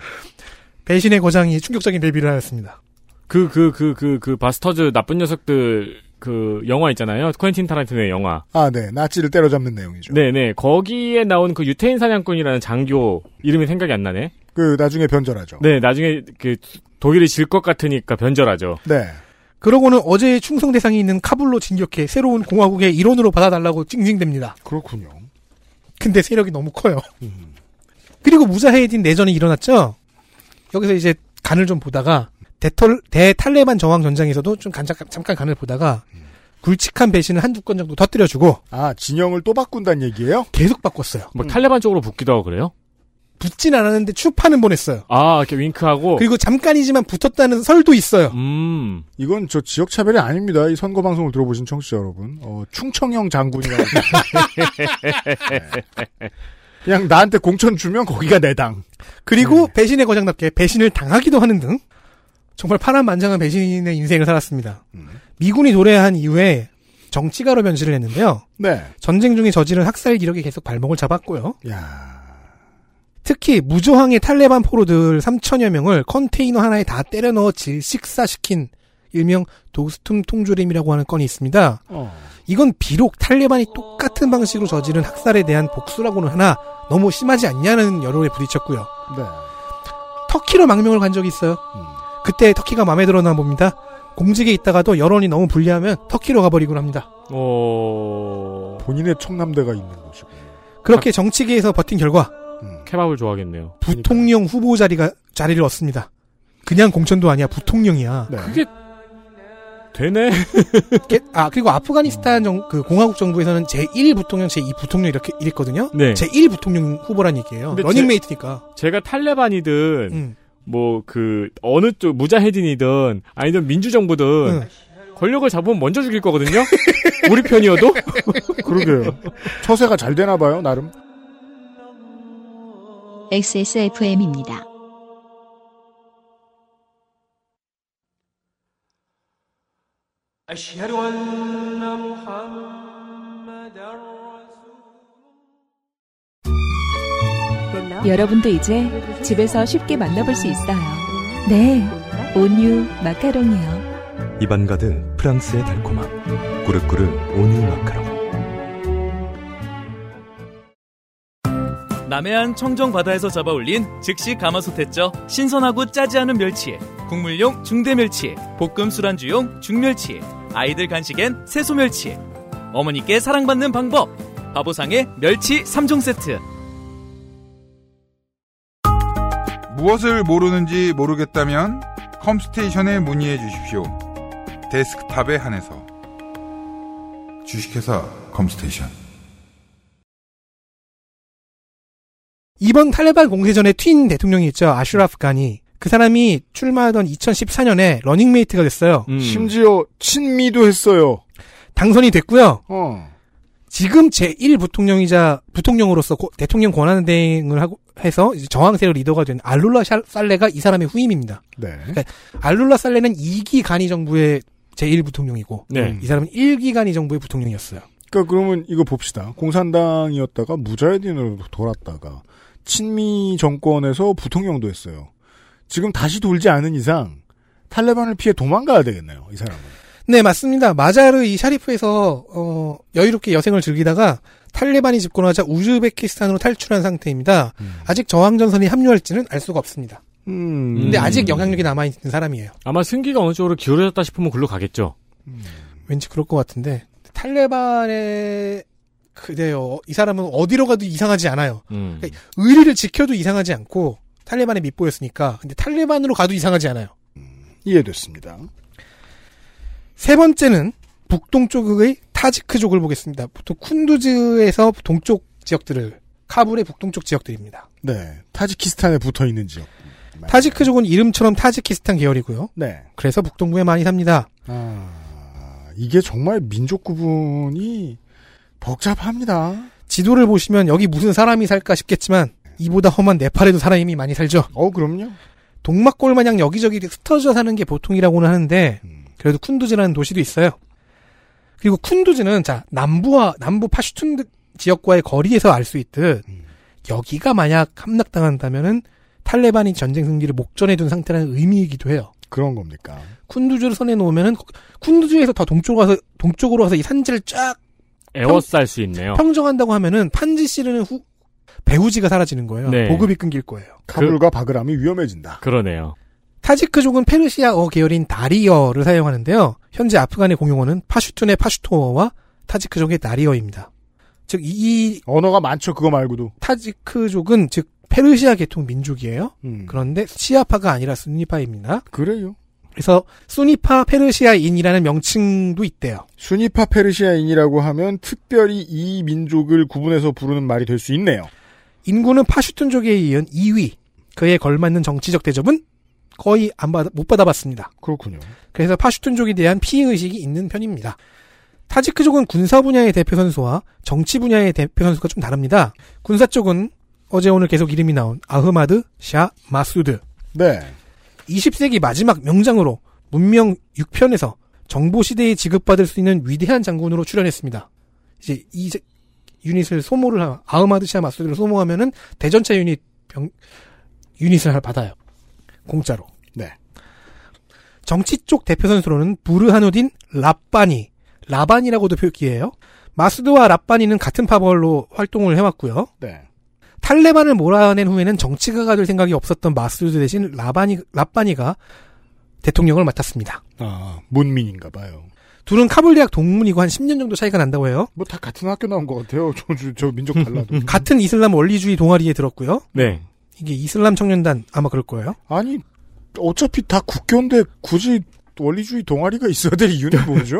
S3: 배신의 거장이 충격적인 데뷔를 하였습니다.
S4: 그, 그, 그, 그, 그, 바스터즈 나쁜 녀석들, 그, 영화 있잖아요. 퀸틴 타란티노의 영화.
S2: 아, 네, 나치를 때려잡는 내용이죠.
S4: 네네. 거기에 나온 그 유태인 사냥꾼이라는 장교, 이름이 생각이 안 나네.
S3: 어.
S2: 그 나중에 변절하죠.
S4: 네, 나중에 그, 독일이 질 것 같으니까 변절하죠.
S2: 네.
S3: 그러고는 어제 충성 대상이 있는 카불로 진격해 새로운 공화국의 일원으로 받아달라고 찡찡댑니다.
S2: 그렇군요.
S3: 근데 세력이 너무 커요. 그리고 무자헤딘 내전이 일어났죠. 여기서 이제 간을 좀 보다가 대털, 대탈레반 저항 전장에서도 좀 간작- 잠깐 간을 보다가 굵직한 배신을 한두 건 정도 터뜨려주고
S2: 아, 진영을 또 바꾼다는 얘기예요?
S3: 계속 바꿨어요.
S4: 막 탈레반 뭐 쪽으로 붙기도 하고 그래요?
S3: 붙진 않았는데 추파는 보냈어요.
S4: 아, 이렇게 윙크하고.
S3: 그리고 잠깐이지만 붙었다는 설도 있어요.
S4: 음.
S2: 이건 저 지역 차별이 아닙니다. 이 선거 방송을 들어보신 청취자 여러분. 어, 충청형 장군이라고. 네. 그냥 나한테 공천 주면 거기가 내 당.
S3: 그리고 배신의 거장답게 배신을 당하기도 하는 등 정말 파란만장한 배신의 인생을 살았습니다. 미군이 도래한 이후에 정치가로 변신을 했는데요.
S2: 네.
S3: 전쟁 중에 저지른 학살 기록이 계속 발목을 잡았고요.
S2: 야.
S3: 특히 무저항의 탈레반 포로들 3천여 명을 컨테이너 하나에 다 때려 넣어 질식사시킨 일명 도스툼 통조림이라고 하는 건이 있습니다.
S2: 어.
S3: 이건 비록 탈레반이 똑같은 방식으로 저지른 학살에 대한 복수라고는 하나 너무 심하지 않냐는 여론에 부딪혔고요.
S2: 네.
S3: 터키로 망명을 간 적이 있어요.
S2: 음.
S3: 그때 터키가 마음에 들었나 봅니다. 공직에 있다가도 여론이 너무 불리하면 터키로 가버리곤 합니다.
S4: 어,
S2: 본인의 청남대가 있는 곳이군요.
S3: 그렇게 정치계에서 버틴 결과
S2: 음.
S4: 케밥을 좋아하겠네요.
S3: 부통령 후보 자리가 자리를 얻습니다. 그냥 공천도 아니야 부통령이야.
S2: 네.
S4: 그게 되네?
S3: 이렇게- 아 그리고 아프가니스탄 정, 그 공화국 정부에서는 제1 부통령, 제2 부통령 이렇게 이랬거든요.
S4: 네.
S3: 제1 부통령 후보란 얘기예요.
S4: 근데
S3: 러닝메이트니까.
S4: 제가 탈레반이든,
S3: 음.
S4: 뭐, 그, 어느 쪽, 무자헤딘이든, 아니면 민주정부든,
S3: 응.
S4: 권력을 잡으면 먼저 죽일 거거든요? 우리 편이어도?
S2: 그러게요. 처세가 잘 되나 봐요, 나름.
S1: XSFM입니다.
S8: 여러분도 이제 집에서 쉽게 만나볼 수 있어요. 네, 온유 마카롱이요.
S9: 입안 가득 프랑스의 달콤함. 꾸르꾸르 온유 마카롱.
S5: 남해안 청정바다에서 잡아올린 즉시 가마솥했죠. 신선하고 짜지 않은 멸치에 국물용 중대멸치에 볶음 술안주용 중멸치에 아이들 간식엔 새소멸치에 어머니께 사랑받는 방법 바보상의 멸치 3종 세트
S7: 무엇을 모르는지 모르겠다면 컴스테이션에 문의해 주십시오. 데스크탑에 한해서 주식회사 컴스테이션
S3: 이번 탈레반 공세전에 튄 대통령이 있죠. 아슈라프 간이. 그 사람이 출마하던 2014년에 러닝메이트가 됐어요.
S4: 음.
S2: 심지어 친미도 했어요.
S3: 당선이 됐고요.
S2: 어.
S3: 지금 제1 부통령이자 부통령으로서 고- 대통령 권한 대행을 하고 해서 이제 저항세력 리더가 된 알룰라 샬- 살레가 이 사람의 후임입니다.
S2: 네.
S3: 알룰라 살레는 2기 간이 정부의 제1 부통령이고
S4: 네.
S3: 이 사람은 1기 간이 정부의 부통령이었어요.
S2: 그러니까 그러면 이거 봅시다. 공산당이었다가 무자헤딘으로 돌았다가 친미 정권에서 부통령도 했어요. 지금 다시 돌지 않은 이상 탈레반을 피해 도망가야 되겠네요. 이 사람은.
S3: 네, 맞습니다. 마자르 이 샤리프에서 어, 여유롭게 여생을 즐기다가 탈레반이 집권하자 우즈베키스탄으로 탈출한 상태입니다.
S4: 음.
S3: 아직 저항 전선이 합류할지는 알 수가 없습니다.
S2: 음.
S3: 근데
S4: 음.
S3: 아직 영향력이 남아 있는 사람이에요.
S4: 아마 승기가 어느 쪽으로 기울어졌다 싶으면 글로 가겠죠.
S3: 왠지 그럴 것 같은데 탈레반의 그래요. 이 사람은 어디로 가도 이상하지 않아요.
S4: 음.
S3: 그러니까 의리를 지켜도 이상하지 않고 탈레반의 밑보였으니까. 근데 탈레반으로 가도 이상하지 않아요.
S2: 이해됐습니다.
S3: 세 번째는 북동쪽의 타지크족을 보겠습니다. 보통 쿤두즈에서 동쪽 지역들을 카불의 북동쪽 지역들입니다.
S2: 네. 타지키스탄에 붙어 있는 지역.
S3: 타지크족은 이름처럼 타지키스탄 계열이고요.
S2: 네.
S3: 그래서 북동부에 많이 삽니다.
S2: 아, 이게 정말 민족 구분이 복잡합니다.
S3: 지도를 보시면 여기 무슨 사람이 살까 싶겠지만 이보다 험한 네팔에도 사람이 많이 살죠.
S2: 어, 그럼요.
S3: 동막골 마냥 여기저기 스터져 사는 게 보통이라고는 하는데
S2: 음.
S3: 그래도 쿤두즈라는 도시도 있어요. 그리고 쿤두즈는 자 남부와 남부 파슈툰 지역과의 거리에서 알 수 있듯
S2: 음.
S3: 여기가 만약 함락당한다면은 탈레반이 전쟁 승기를 목전에 둔 상태라는 의미이기도 해요.
S2: 그런 겁니까?
S3: 쿤두즈를 손에 놓으면은 쿤두즈에서 더 동쪽으로 가서 동쪽으로 가서 이 산지를 쫙
S4: 에워쌀 수 있네요.
S2: 어.
S3: 평정한다고 하면은 판지 씨르는 후 배후지가 사라지는 거예요.
S4: 네.
S3: 보급이 끊길 거예요.
S2: 카불과 바그람이 위험해진다.
S4: 그러네요.
S3: 타지크족은 페르시아어 계열인 다리어를 사용하는데요. 현재 아프간의 공용어는 파슈툰의 파슈토어와 타지크족의 다리어입니다. 즉, 이
S2: 언어가 많죠, 그거 말고도.
S3: 타지크족은 즉 페르시아 계통 민족이에요.
S2: 음.
S3: 그런데 시아파가 아니라 순니파입니다.
S2: 그래요.
S3: 그래서 순니파 페르시아인이라는 명칭도 있대요.
S2: 순위파 페르시아인이라고 하면 특별히 이 민족을 구분해서 부르는 말이 될 수 있네요.
S3: 인구는 파슈툰족에 이은 2위. 그에 걸맞는 정치적 대접은 거의 안 받아, 못 받아봤습니다.
S2: 그렇군요.
S3: 그래서 파슈툰족에 대한 피해의식이 있는 편입니다. 타지크족은 군사 분야의 대표 선수와 정치 분야의 대표 선수가 좀 다릅니다. 군사 쪽은 어제 오늘 계속 이름이 나온 아흐마드 샤 마수드.
S2: 네.
S3: 20세기 마지막 명장으로 문명 6편에서 정보 시대에 지급받을 수 있는 위대한 장군으로 출연했습니다. 이제 이 제- 유닛을 소모를 하 아흐마드 샤 마수드를 소모하면은 대전차 유닛 병 유닛을 하나 받아요. 공짜로.
S2: 네.
S3: 정치 쪽 대표 선수로는 부르하누딘 라빠니, 라반이라고도 표기해요. 마수드와 라빠니는 같은 파벌로 활동을 해왔고요.
S2: 네.
S3: 탈레반을 몰아낸 후에는 정치가가 될 생각이 없었던 마수드 대신 라바니, 라빠니가 대통령을 맡았습니다.
S2: 아, 문민인가 봐요.
S3: 둘은 카불 대학 동문이고 한 10년 정도 차이가 난다고 해요.
S2: 뭐 다 같은 학교 나온 것 같아요. 저, 저, 저 민족 달라도.
S3: 같은 이슬람 원리주의 동아리에 들었고요.
S4: 네.
S3: 이게 이슬람 청년단 아마 그럴 거예요.
S2: 아니, 어차피 다 국교인데 굳이 원리주의 동아리가 있어야 될 이유는 뭐죠?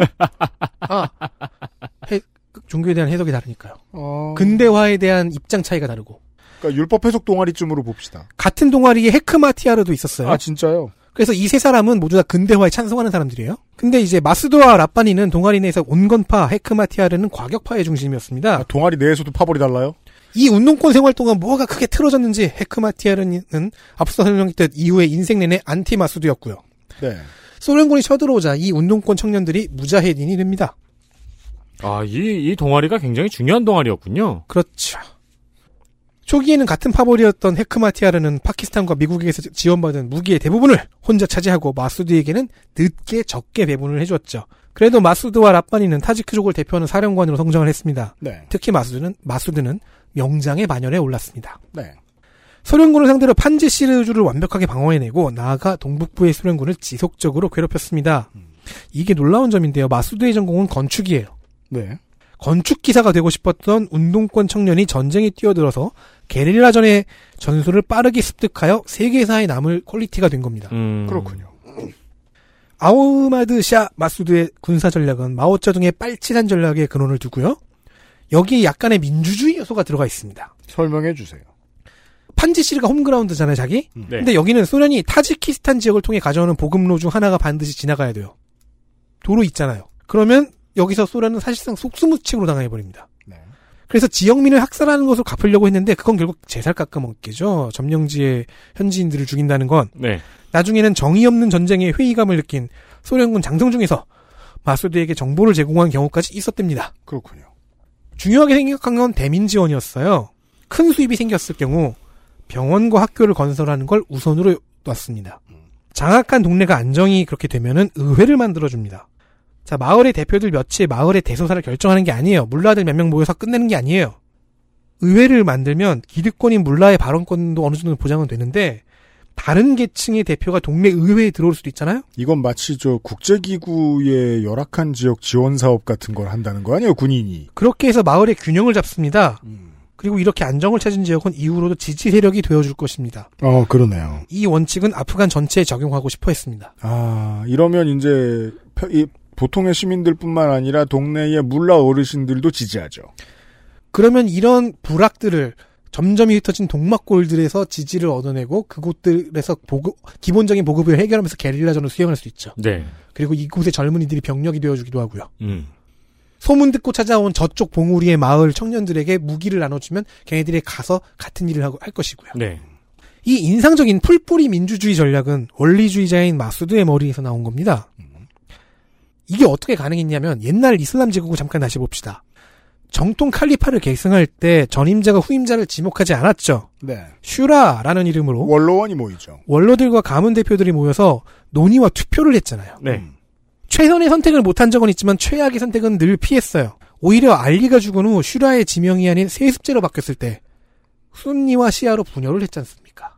S3: 그 종교에 대한 해석이 다르니까요.
S2: 어,
S3: 근대화에 대한 입장 차이가 다르고
S2: 그러니까 율법 해석 동아리쯤으로 봅시다.
S3: 같은 동아리에 헤크마티아르도 있었어요.
S2: 아, 진짜요?
S3: 그래서 이 세 사람은 모두 다 근대화에 찬성하는 사람들이에요. 근데 이제 마스도와 라빠니는 동아리 내에서 온건파, 헤크마티아르는 과격파의 중심이었습니다.
S2: 아, 동아리 내에서도 파벌이 달라요?
S3: 이 운동권 생활 동안 뭐가 크게 틀어졌는지 헤크마티아르는 앞서 설명했듯 이후에 인생 내내 안티마스도였고요.
S2: 네.
S3: 소련군이 쳐들어오자 이 운동권 청년들이 무자헤딘이 됩니다.
S4: 아, 이, 이 동아리가 굉장히 중요한 동아리였군요.
S3: 그렇죠. 초기에는 같은 파벌이었던 헤크마티아르는 파키스탄과 미국에서 지원받은 무기의 대부분을 혼자 차지하고 마수드에게는 늦게 적게 배분을 해주었죠. 그래도 마수드와 랍바니는 타지크족을 대표하는 사령관으로 성장을 했습니다.
S2: 네.
S3: 특히 마수드는 마수드는 명장의 반열에 올랐습니다.
S2: 네.
S3: 소련군을 상대로 판지 시르주를 완벽하게 방어해내고 나아가 동북부의 소련군을 지속적으로 괴롭혔습니다. 이게 놀라운 점인데요. 마수드의 전공은 건축이에요.
S2: 네.
S3: 건축기사가 되고 싶었던 운동권 청년이 전쟁에 뛰어들어서 게릴라전의 전술을 빠르게 습득하여 세계사에 남을 퀄리티가 된 겁니다.
S4: 음.
S2: 그렇군요.
S3: 아우마드 샤 마수드의 군사 전략은 마오쩌둥의 빨치산 전략의 근원을 두고요. 여기에 약간의 민주주의 요소가 들어가 있습니다.
S2: 설명해 주세요.
S3: 판지시르가 홈그라운드잖아요, 자기.
S4: 네.
S3: 근데 여기는 소련이 타지키스탄 지역을 통해 가져오는 보급로 중 하나가 반드시 지나가야 돼요. 도로 있잖아요. 그러면 여기서 소련은 사실상 속수무책으로 당해버립니다.
S2: 네.
S3: 그래서 지역민을 학살하는 것으로 갚으려고 했는데 그건 결국 제살 깎아먹기죠. 점령지의 현지인들을 죽인다는 건
S4: 네.
S3: 나중에는 정의 없는 전쟁에 회의감을 느낀 소련군 장성 중에서 마소드에게 정보를 제공한 경우까지 있었답니다.
S2: 그렇군요.
S3: 중요하게 생각한 건 대민 지원이었어요. 큰 수입이 생겼을 경우 병원과 학교를 건설하는 걸 우선으로 놨습니다. 장악한 동네가 안정이 그렇게 되면은 의회를 만들어줍니다. 자, 마을의 대표들 몇이 마을의 대소사를 결정하는 게 아니에요. 물라들 몇 명 모여서 끝내는 게 아니에요. 의회를 만들면 기득권인 물라의 발언권도 어느 정도 보장은 되는데 다른 계층의 대표가 동네 의회에 들어올 수도 있잖아요.
S2: 이건 마치 저 국제기구의 열악한 지역 지원 사업 같은 걸 한다는 거 아니에요, 군인이?
S3: 그렇게 해서 마을의 균형을 잡습니다. 그리고 이렇게 안정을 찾은 지역은 이후로도 지지 세력이 되어줄 것입니다.
S2: 어, 그러네요.
S3: 이 원칙은 아프간 전체에 적용하고 싶어 했습니다.
S2: 아, 이러면 이제 펴- 이 보통의 시민들뿐만 아니라 동네의 물라 어르신들도 지지하죠.
S3: 그러면 이런 부락들을 점점 흩어진 동막골들에서 지지를 얻어내고 그곳들에서 보급, 기본적인 보급을 해결하면서 게릴라전을 수행할 수 있죠.
S4: 네.
S3: 그리고 이곳의 젊은이들이 병력이 되어주기도 하고요.
S4: 음.
S3: 소문 듣고 찾아온 저쪽 봉우리의 마을 청년들에게 무기를 나눠주면 걔네들이 가서 같은 일을 하고 할 것이고요.
S4: 네.
S3: 이 인상적인 풀뿌리 민주주의 전략은 원리주의자인 마수드의 머리에서 나온 겁니다. 이게 어떻게 가능했냐면 옛날 이슬람 제국을 잠깐 다시 봅시다. 정통 칼리파를 계승할 때 전임자가 후임자를 지목하지 않았죠.
S2: 네.
S3: 슈라라는 이름으로
S2: 원로원이 모이죠.
S3: 원로들과 가문 대표들이 모여서 논의와 투표를 했잖아요.
S4: 네.
S2: 음.
S3: 최선의 선택을 못한 적은 있지만 최악의 선택은 늘 피했어요. 오히려 알리가 죽은 후 슈라의 지명이 아닌 세습제로 바뀌었을 때 순니와 시아로 분열을 했지 않습니까?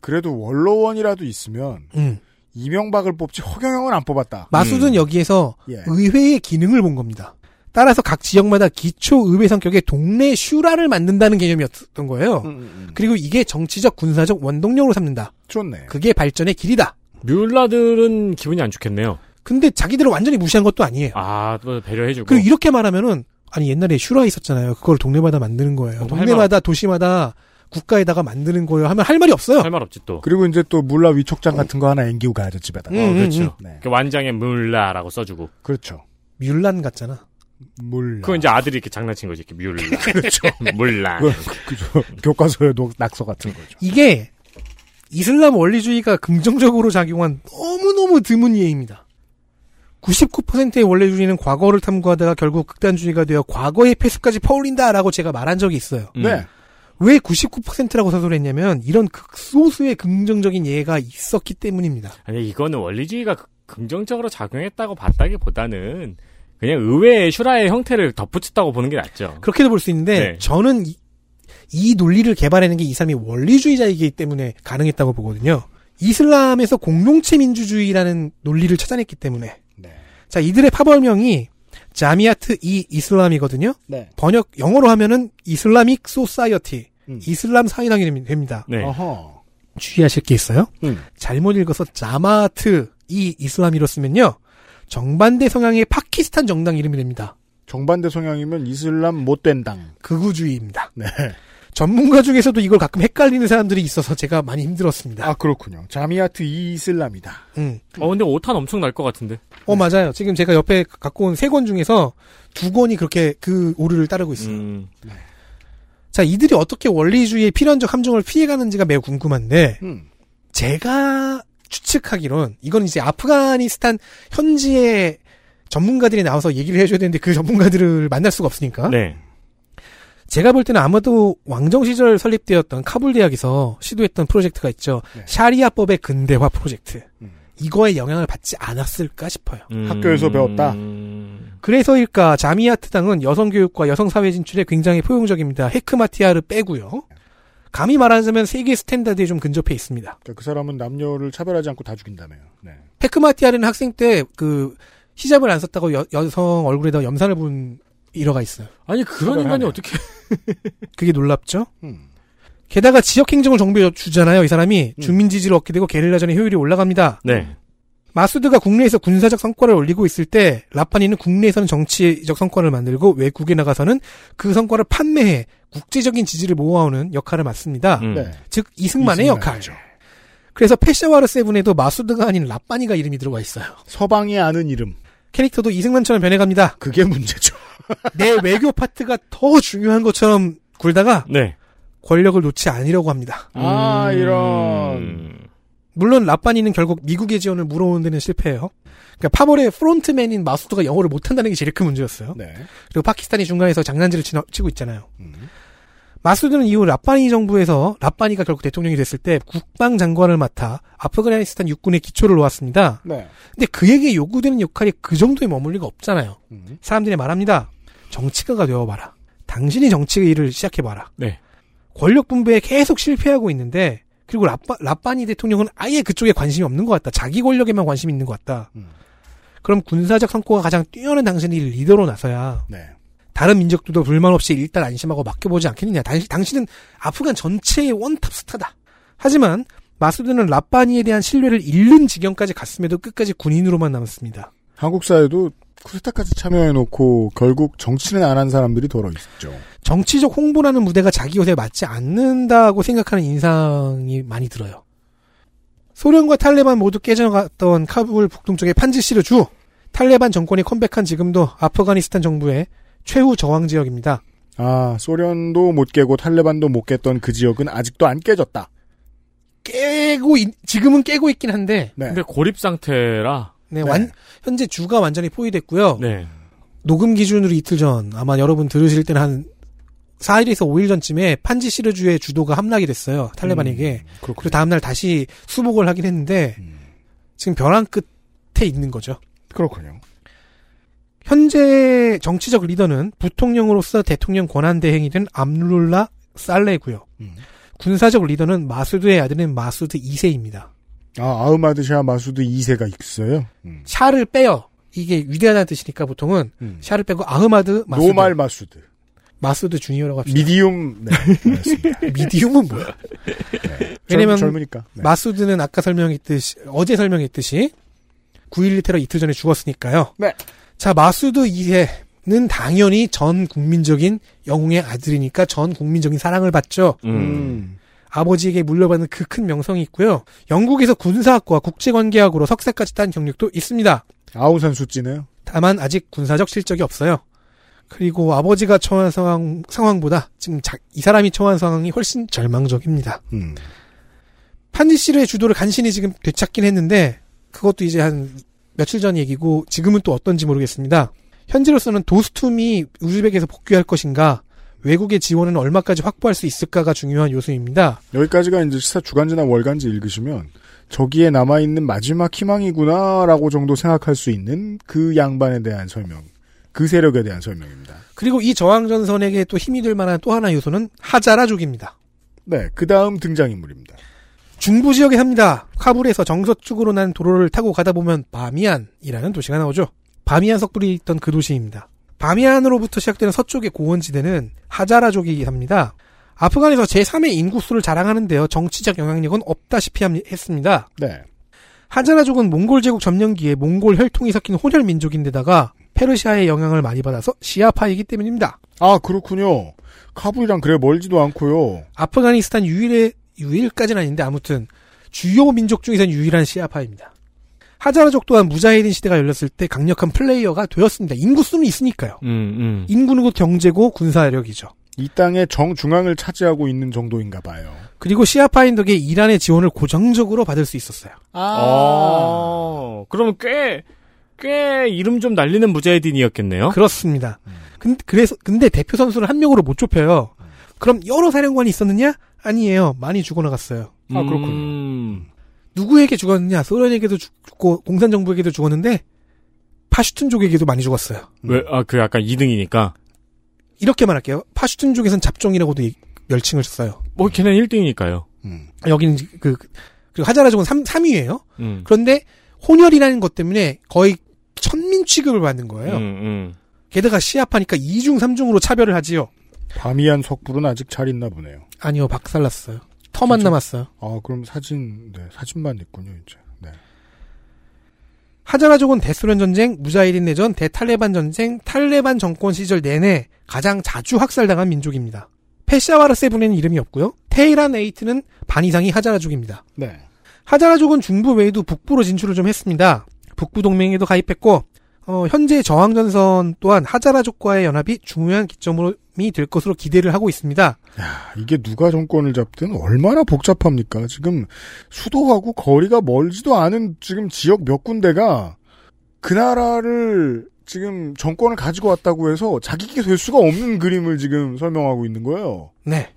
S2: 그래도 원로원이라도 있으면
S3: 음.
S2: 이명박을 뽑지 허경영은 안 뽑았다.
S3: 마수든 여기에서
S2: 예.
S3: 의회의 기능을 본 겁니다. 따라서 각 지역마다 기초 의회 성격의 동네 슈라를 만든다는 개념이었던 거예요. 그리고 이게 정치적 군사적 원동력으로 삼는다.
S2: 좋네.
S3: 그게 발전의 길이다.
S4: 뮬라들은 기분이 안 좋겠네요.
S3: 근데 자기들을 완전히 무시한 것도 아니에요.
S4: 아, 또 배려해주고.
S3: 그리고 이렇게 말하면은 아니 옛날에 슈라 있었잖아요. 그걸 동네마다 만드는 거예요.
S4: 어, 할
S3: 동네마다 도시마다 국가에다가 만드는 거예요. 하면 할 말이 없어요.
S4: 할 말 없지 또.
S2: 그리고 이제 또 물라 위촉장 같은 거 하나 앵기고 가야죠, 집에다.
S3: 음, 음,
S4: 그렇죠.
S3: 음.
S2: 네.
S4: 그 완장에 뮬라라고 써주고.
S2: 그렇죠.
S3: 뮬란 같잖아.
S2: 물라.
S4: 그건 이제 아들이 이렇게 장난친 거지. 이렇게 뮬라. 그렇죠. 뮬라.
S2: 그건 그죠. 교과서에 녹- 낙서 같은 거죠.
S3: 이게 이슬람 원리주의가 긍정적으로 작용한 너무너무 드문 예입니다. 99%의 원리주의는 과거를 탐구하다가 결국 극단주의가 되어 과거의 패스까지 퍼올린다라고 제가 말한 적이 있어요.
S4: 음.
S2: 네.
S3: 왜 99%라고 사설을 했냐면 이런 극소수의 긍정적인 예가 있었기 때문입니다.
S4: 아니 이거는 원리주의가 그- 긍정적으로 작용했다고 봤다기보다는 그냥 의외의 슈라의 형태를 덧붙였다고 보는 게 낫죠.
S3: 그렇게도 볼 수 있는데
S4: 네.
S3: 저는 이, 이 논리를 개발하는 게 이 사람이 원리주의자이기 때문에 가능했다고 보거든요. 이슬람에서 공동체 민주주의라는 논리를 찾아냈기 때문에
S2: 네.
S3: 자 이들의 파벌명이 자미아트 이 이슬람이거든요.
S2: 네.
S3: 번역 영어로 하면은 이슬라믹 소사이어티
S2: 음.
S3: 이슬람 사회당이 됩- 됩니다.
S4: 네.
S2: 어허.
S3: 주의하실 게 있어요.
S2: 음.
S3: 잘못 읽어서 자마트 이 이슬람이로 쓰면요 정반대 성향의 파키스탄 정당 이름이 됩니다.
S2: 정반대 성향이면 이슬람 못된 당.
S3: 극우주의입니다.
S2: 네.
S3: 전문가 중에서도 이걸 가끔 헷갈리는 사람들이 있어서 제가 많이 힘들었습니다.
S2: 아 그렇군요. 자미아트 이 이슬람이다.
S3: 음.
S4: 어 근데 오탄 엄청 날 것 같은데.
S2: 그
S3: 어
S2: 네.
S3: 맞아요. 지금 제가 옆에 갖고 온 세 권 중에서 두 권이 그렇게 그 오류를 따르고 있어요.
S4: 음.
S3: 자 이들이 어떻게 원리주의의 필연적 함정을 피해가는지가 매우 궁금한데
S2: 음.
S3: 제가 추측하기론 이건 이제 아프가니스탄
S2: 어?
S3: 현지의 전문가들이 나와서 얘기를 해줘야 되는데 그 전문가들을 만날 수가 없으니까
S4: 네.
S3: 제가 볼 때는 아마도 왕정 시절 설립되었던 카불 대학에서 시도했던 프로젝트가 있죠.
S2: 네.
S3: 샤리아법의 근대화 프로젝트.
S2: 음.
S3: 이거에 영향을 받지 않았을까 싶어요.
S2: 학교에서 배웠다?
S4: 음.
S3: 그래서일까 자미야트당은 여성교육과 여성사회 진출에 굉장히 포용적입니다. 헤크마티아를 빼고요. 감히 말하자면 세계 스탠다드에 좀 근접해 있습니다.
S2: 그러니까 그 사람은 남녀를 차별하지 않고 다 죽인다며요. 네.
S3: 헤크마티아는 학생 때 그 히잡을 안 썼다고 여, 여성 얼굴에다 염산을 본 일화가 있어요.
S4: 아니 그런 인간이 어떻게
S3: 그게 놀랍죠?
S2: 음.
S3: 게다가 지역행정을 정부에 주잖아요. 이 사람이 주민 지지를 얻게 되고 게릴라전의 효율이 올라갑니다.
S4: 네
S3: 마수드가 국내에서 군사적 성과를 올리고 있을 때 라파니는 국내에서는 정치적 성과를 만들고 외국에 나가서는 그 성과를 판매해 국제적인 지지를 모아오는 역할을 맡습니다.
S4: 음.
S2: 네.
S3: 즉 이승만의
S2: 이승만이죠.
S3: 역할에죠. 그래서 페샤와르 세븐에도 마수드가 아닌 라파니가 이름이 들어가 있어요.
S2: 서방이 아는 이름.
S3: 캐릭터도 이승만처럼 변해갑니다.
S2: 그게 문제죠.
S3: 내 외교 파트가 더 중요한 것처럼 굴다가
S4: 네.
S3: 권력을 놓지 않으려고 합니다.
S2: 아,
S4: 음.
S2: 이런.
S3: 물론 라파니는 결국 미국의 지원을 물어오는 데는 실패해요. 그러니까 파벌의 프론트맨인 마수드가 영어를 못한다는 게 제일 큰 문제였어요.
S2: 네.
S3: 그리고 파키스탄이 중간에서 장난질을 치나- 치고 있잖아요.
S2: 음.
S3: 마수드는 이후 라파니 정부에서 라파니가 결국 대통령이 됐을 때 국방장관을 맡아 아프가니스탄 육군의 기초를 놓았습니다.
S2: 네.
S3: 근데 그에게 요구되는 역할이 그 정도에 머물 리가 없잖아요.
S2: 음.
S3: 사람들이 말합니다. 정치가가 되어봐라. 당신이 정치 일을 시작해봐라.
S4: 네.
S3: 권력 분배에 계속 실패하고 있는데 그리고 라빠, 라빠니 대통령은 아예 그쪽에 관심이 없는 것 같다. 자기 권력에만 관심이 있는 것 같다.
S2: 음.
S3: 그럼 군사적 성과가 가장 뛰어난 당신이 리더로 나서야
S2: 네.
S3: 다른 민족들도 불만 없이 일단 안심하고 맡겨보지 않겠느냐. 당시, 당신은 아프간 전체의 원탑 스타다. 하지만 마수드는 라빠니에 대한 신뢰를 잃는 지경까지 갔음에도 끝까지 군인으로만 남았습니다.
S2: 한국 사회도 쿠데타까지 참여해놓고 결국 정치는 안 한 사람들이 덜어 있죠.
S3: 정치적 홍보라는 무대가 자기 옷에 맞지 않는다고 생각하는 인상이 많이 들어요. 소련과 탈레반 모두 깨져갔던 카불 북동쪽의 판지시르 주 탈레반 정권이 컴백한 지금도 아프가니스탄 정부의 최후 저항 지역입니다.
S2: 아, 소련도 못 깨고 탈레반도 못 깼던 그 지역은 아직도 안 깨졌다.
S3: 깨고 있- 지금은 깨고 있긴 한데
S2: 네.
S4: 근데 고립 상태라
S3: 네, 완- 현재 주가 완전히 포위됐고요.
S4: 네
S3: 녹음 기준으로 이틀 전 아마 여러분 들으실 때는 한 4일에서 5일 전쯤에 판지시르 주의 주도가 함락이 됐어요. 탈레반에게. 그리고
S2: 그렇군요.
S3: 다음날 다시 수복을 하긴 했는데
S2: 음.
S3: 지금 벼랑 끝에 있는 거죠.
S2: 그렇군요.
S3: 현재 정치적 리더는 부통령으로서 대통령 권한 대행이 된 암룰라 살레고요.
S2: 음.
S3: 군사적 리더는 마수드의 아들인 마수드 2세입니다.
S2: 아, 아흐마드 샤 마수드 2세가 있어요. 음.
S3: 샤를 빼요. 이게 위대하다는 뜻이니까 보통은
S2: 음.
S3: 샤를 빼고 아흐마드 마수드
S2: 노말 마수드.
S3: 마수드 주니어라고 합시다.
S2: 미디움. 네. 알겠습니다.
S3: 미디움은 뭐야?
S2: 젊,
S3: 왜냐면
S2: 네. 젊으니까. 네.
S3: 마수드는 아까 설명했듯이 어제 설명했듯이 9.12 테러 이틀 전에 죽었으니까요.
S2: 네.
S3: 자 마수드 2세는 당연히 전 국민적인 영웅의 아들이니까 전 국민적인 사랑을 받죠.
S4: 음.
S3: 아버지에게 물려받는 그 큰 명성이 있고요. 영국에서 군사학과 국제관계학으로 석사까지 딴 경력도 있습니다.
S2: 아우산 수지네요.
S3: 다만 아직 군사적 실적이 없어요. 그리고 아버지가 처한 상황, 상황보다 지금 자- 이 사람이 처한 상황이 훨씬 절망적입니다.
S2: 음.
S3: 판니시르의 주도를 간신히 지금 되찾긴 했는데 그것도 이제 한 며칠 전 얘기고 지금은 또 어떤지 모르겠습니다. 현재로서는 도스툼이 우즈벡에서 복귀할 것인가 외국의 지원은 얼마까지 확보할 수 있을까가 중요한 요소입니다.
S2: 여기까지가 이제 시사 주간지나 월간지 읽으시면 저기에 남아있는 마지막 희망이구나라고 정도 생각할 수 있는 그 양반에 대한 설명, 그 세력에 대한 설명입니다.
S3: 그리고 이 저항전선에게 또 힘이 될 만한 또 하나 요소는 하자라족입니다.
S2: 네, 그 다음 등장인물입니다.
S3: 중부 지역에 삽니다. 카불에서 정서 쪽으로 난 도로를 타고 가다 보면 바미안이라는 도시가 나오죠. 바미안 석불이 있던 그 도시입니다. 바미안으로부터 시작되는 서쪽의 고원지대는 하자라족이 삽니다. 아프간에서 제3의 인구수를 자랑하는데요. 정치적 영향력은 없다시피 함- 했습니다.
S2: 네,
S3: 하자라족은 몽골 제국 점령기에 몽골 혈통이 섞인 혼혈 민족인데다가 페르시아의 영향을 많이 받아서 시아파이기 때문입니다.
S2: 아 그렇군요. 카불이랑 그래 멀지도 않고요.
S3: 아프가니스탄 유일의 유일까지는 아닌데 아무튼 주요 민족 중에선 유일한 시아파입니다. 하자라족 또한 무자헤딘 시대가 열렸을 때 강력한 플레이어가 되었습니다. 인구수는 있으니까요.
S4: 음, 음.
S3: 인구는 곧 경제고 군사력이죠.
S2: 이 땅의 정중앙을 차지하고 있는 정도인가 봐요.
S3: 그리고 시아파인 덕에 이란의 지원을 고정적으로 받을 수 있었어요.
S2: 아.
S4: 아. 어, 음. 그러면 꽤, 꽤 이름 좀 날리는 무자헤딘이었겠네요.
S3: 그렇습니다. 근, 그래서 근데 대표 선수를 한 명으로 못 좁혀요.
S4: 음.
S3: 그럼 여러 사령관이 있었느냐? 아니에요. 많이 죽어나갔어요.
S4: 아 그렇군요. 음...
S3: 누구에게 죽었느냐? 소련에게도 죽고 공산 정부에게도 죽었는데 파슈툰족에게도 많이 죽었어요.
S4: 왜아 그 약간 2등이니까
S3: 이렇게만 할게요. 파슈툰족에선 잡종이라고도 이- 열칭을 써요.
S4: 뭐 걔는 1등이니까요.
S2: 음.
S3: 여기는 그 그리고 하자라족은 3, 3위예요.
S4: 음.
S3: 그런데 혼혈이라는 것 때문에 거의 천민 취급을 받는 거예요.
S4: 음, 음.
S3: 게다가 시합하니까 2중 3중으로 차별을 하지요.
S2: 밤이한 석불은 아직 잘 있나 보네요.
S3: 아니요, 박살났어요.
S4: 그렇죠.
S3: 터만
S2: 진짜?
S3: 남았어요.
S2: 아 그럼 사진 네 사진만 있군요 이제. 네.
S3: 하자라족은 대소련 전쟁, 무자히딘 내전, 대탈레반 전쟁, 탈레반 정권 시절 내내 가장 자주 학살당한 민족입니다. 페샤와르 세븐에는 이름이 없고요. 테헤란 에이트는 반 이상이 하자라족입니다.
S2: 네.
S3: 하자라족은 중부 외에도 북부로 진출을 좀 했습니다. 북부 동맹에도 가입했고 어, 현재 저항전선 또한 하자라족과의 연합이 중요한 기점이 될 것으로 기대를 하고 있습니다.
S2: 야, 아, 이게 누가 정권을 잡든 얼마나 복잡합니까? 지금 수도하고 거리가 멀지도 않은 지금 지역 몇 군데가 그 나라를 지금 정권을 가지고 왔다고 해서 자기게 될 수가 없는 그림을 지금 설명하고 있는 거예요.
S3: 네.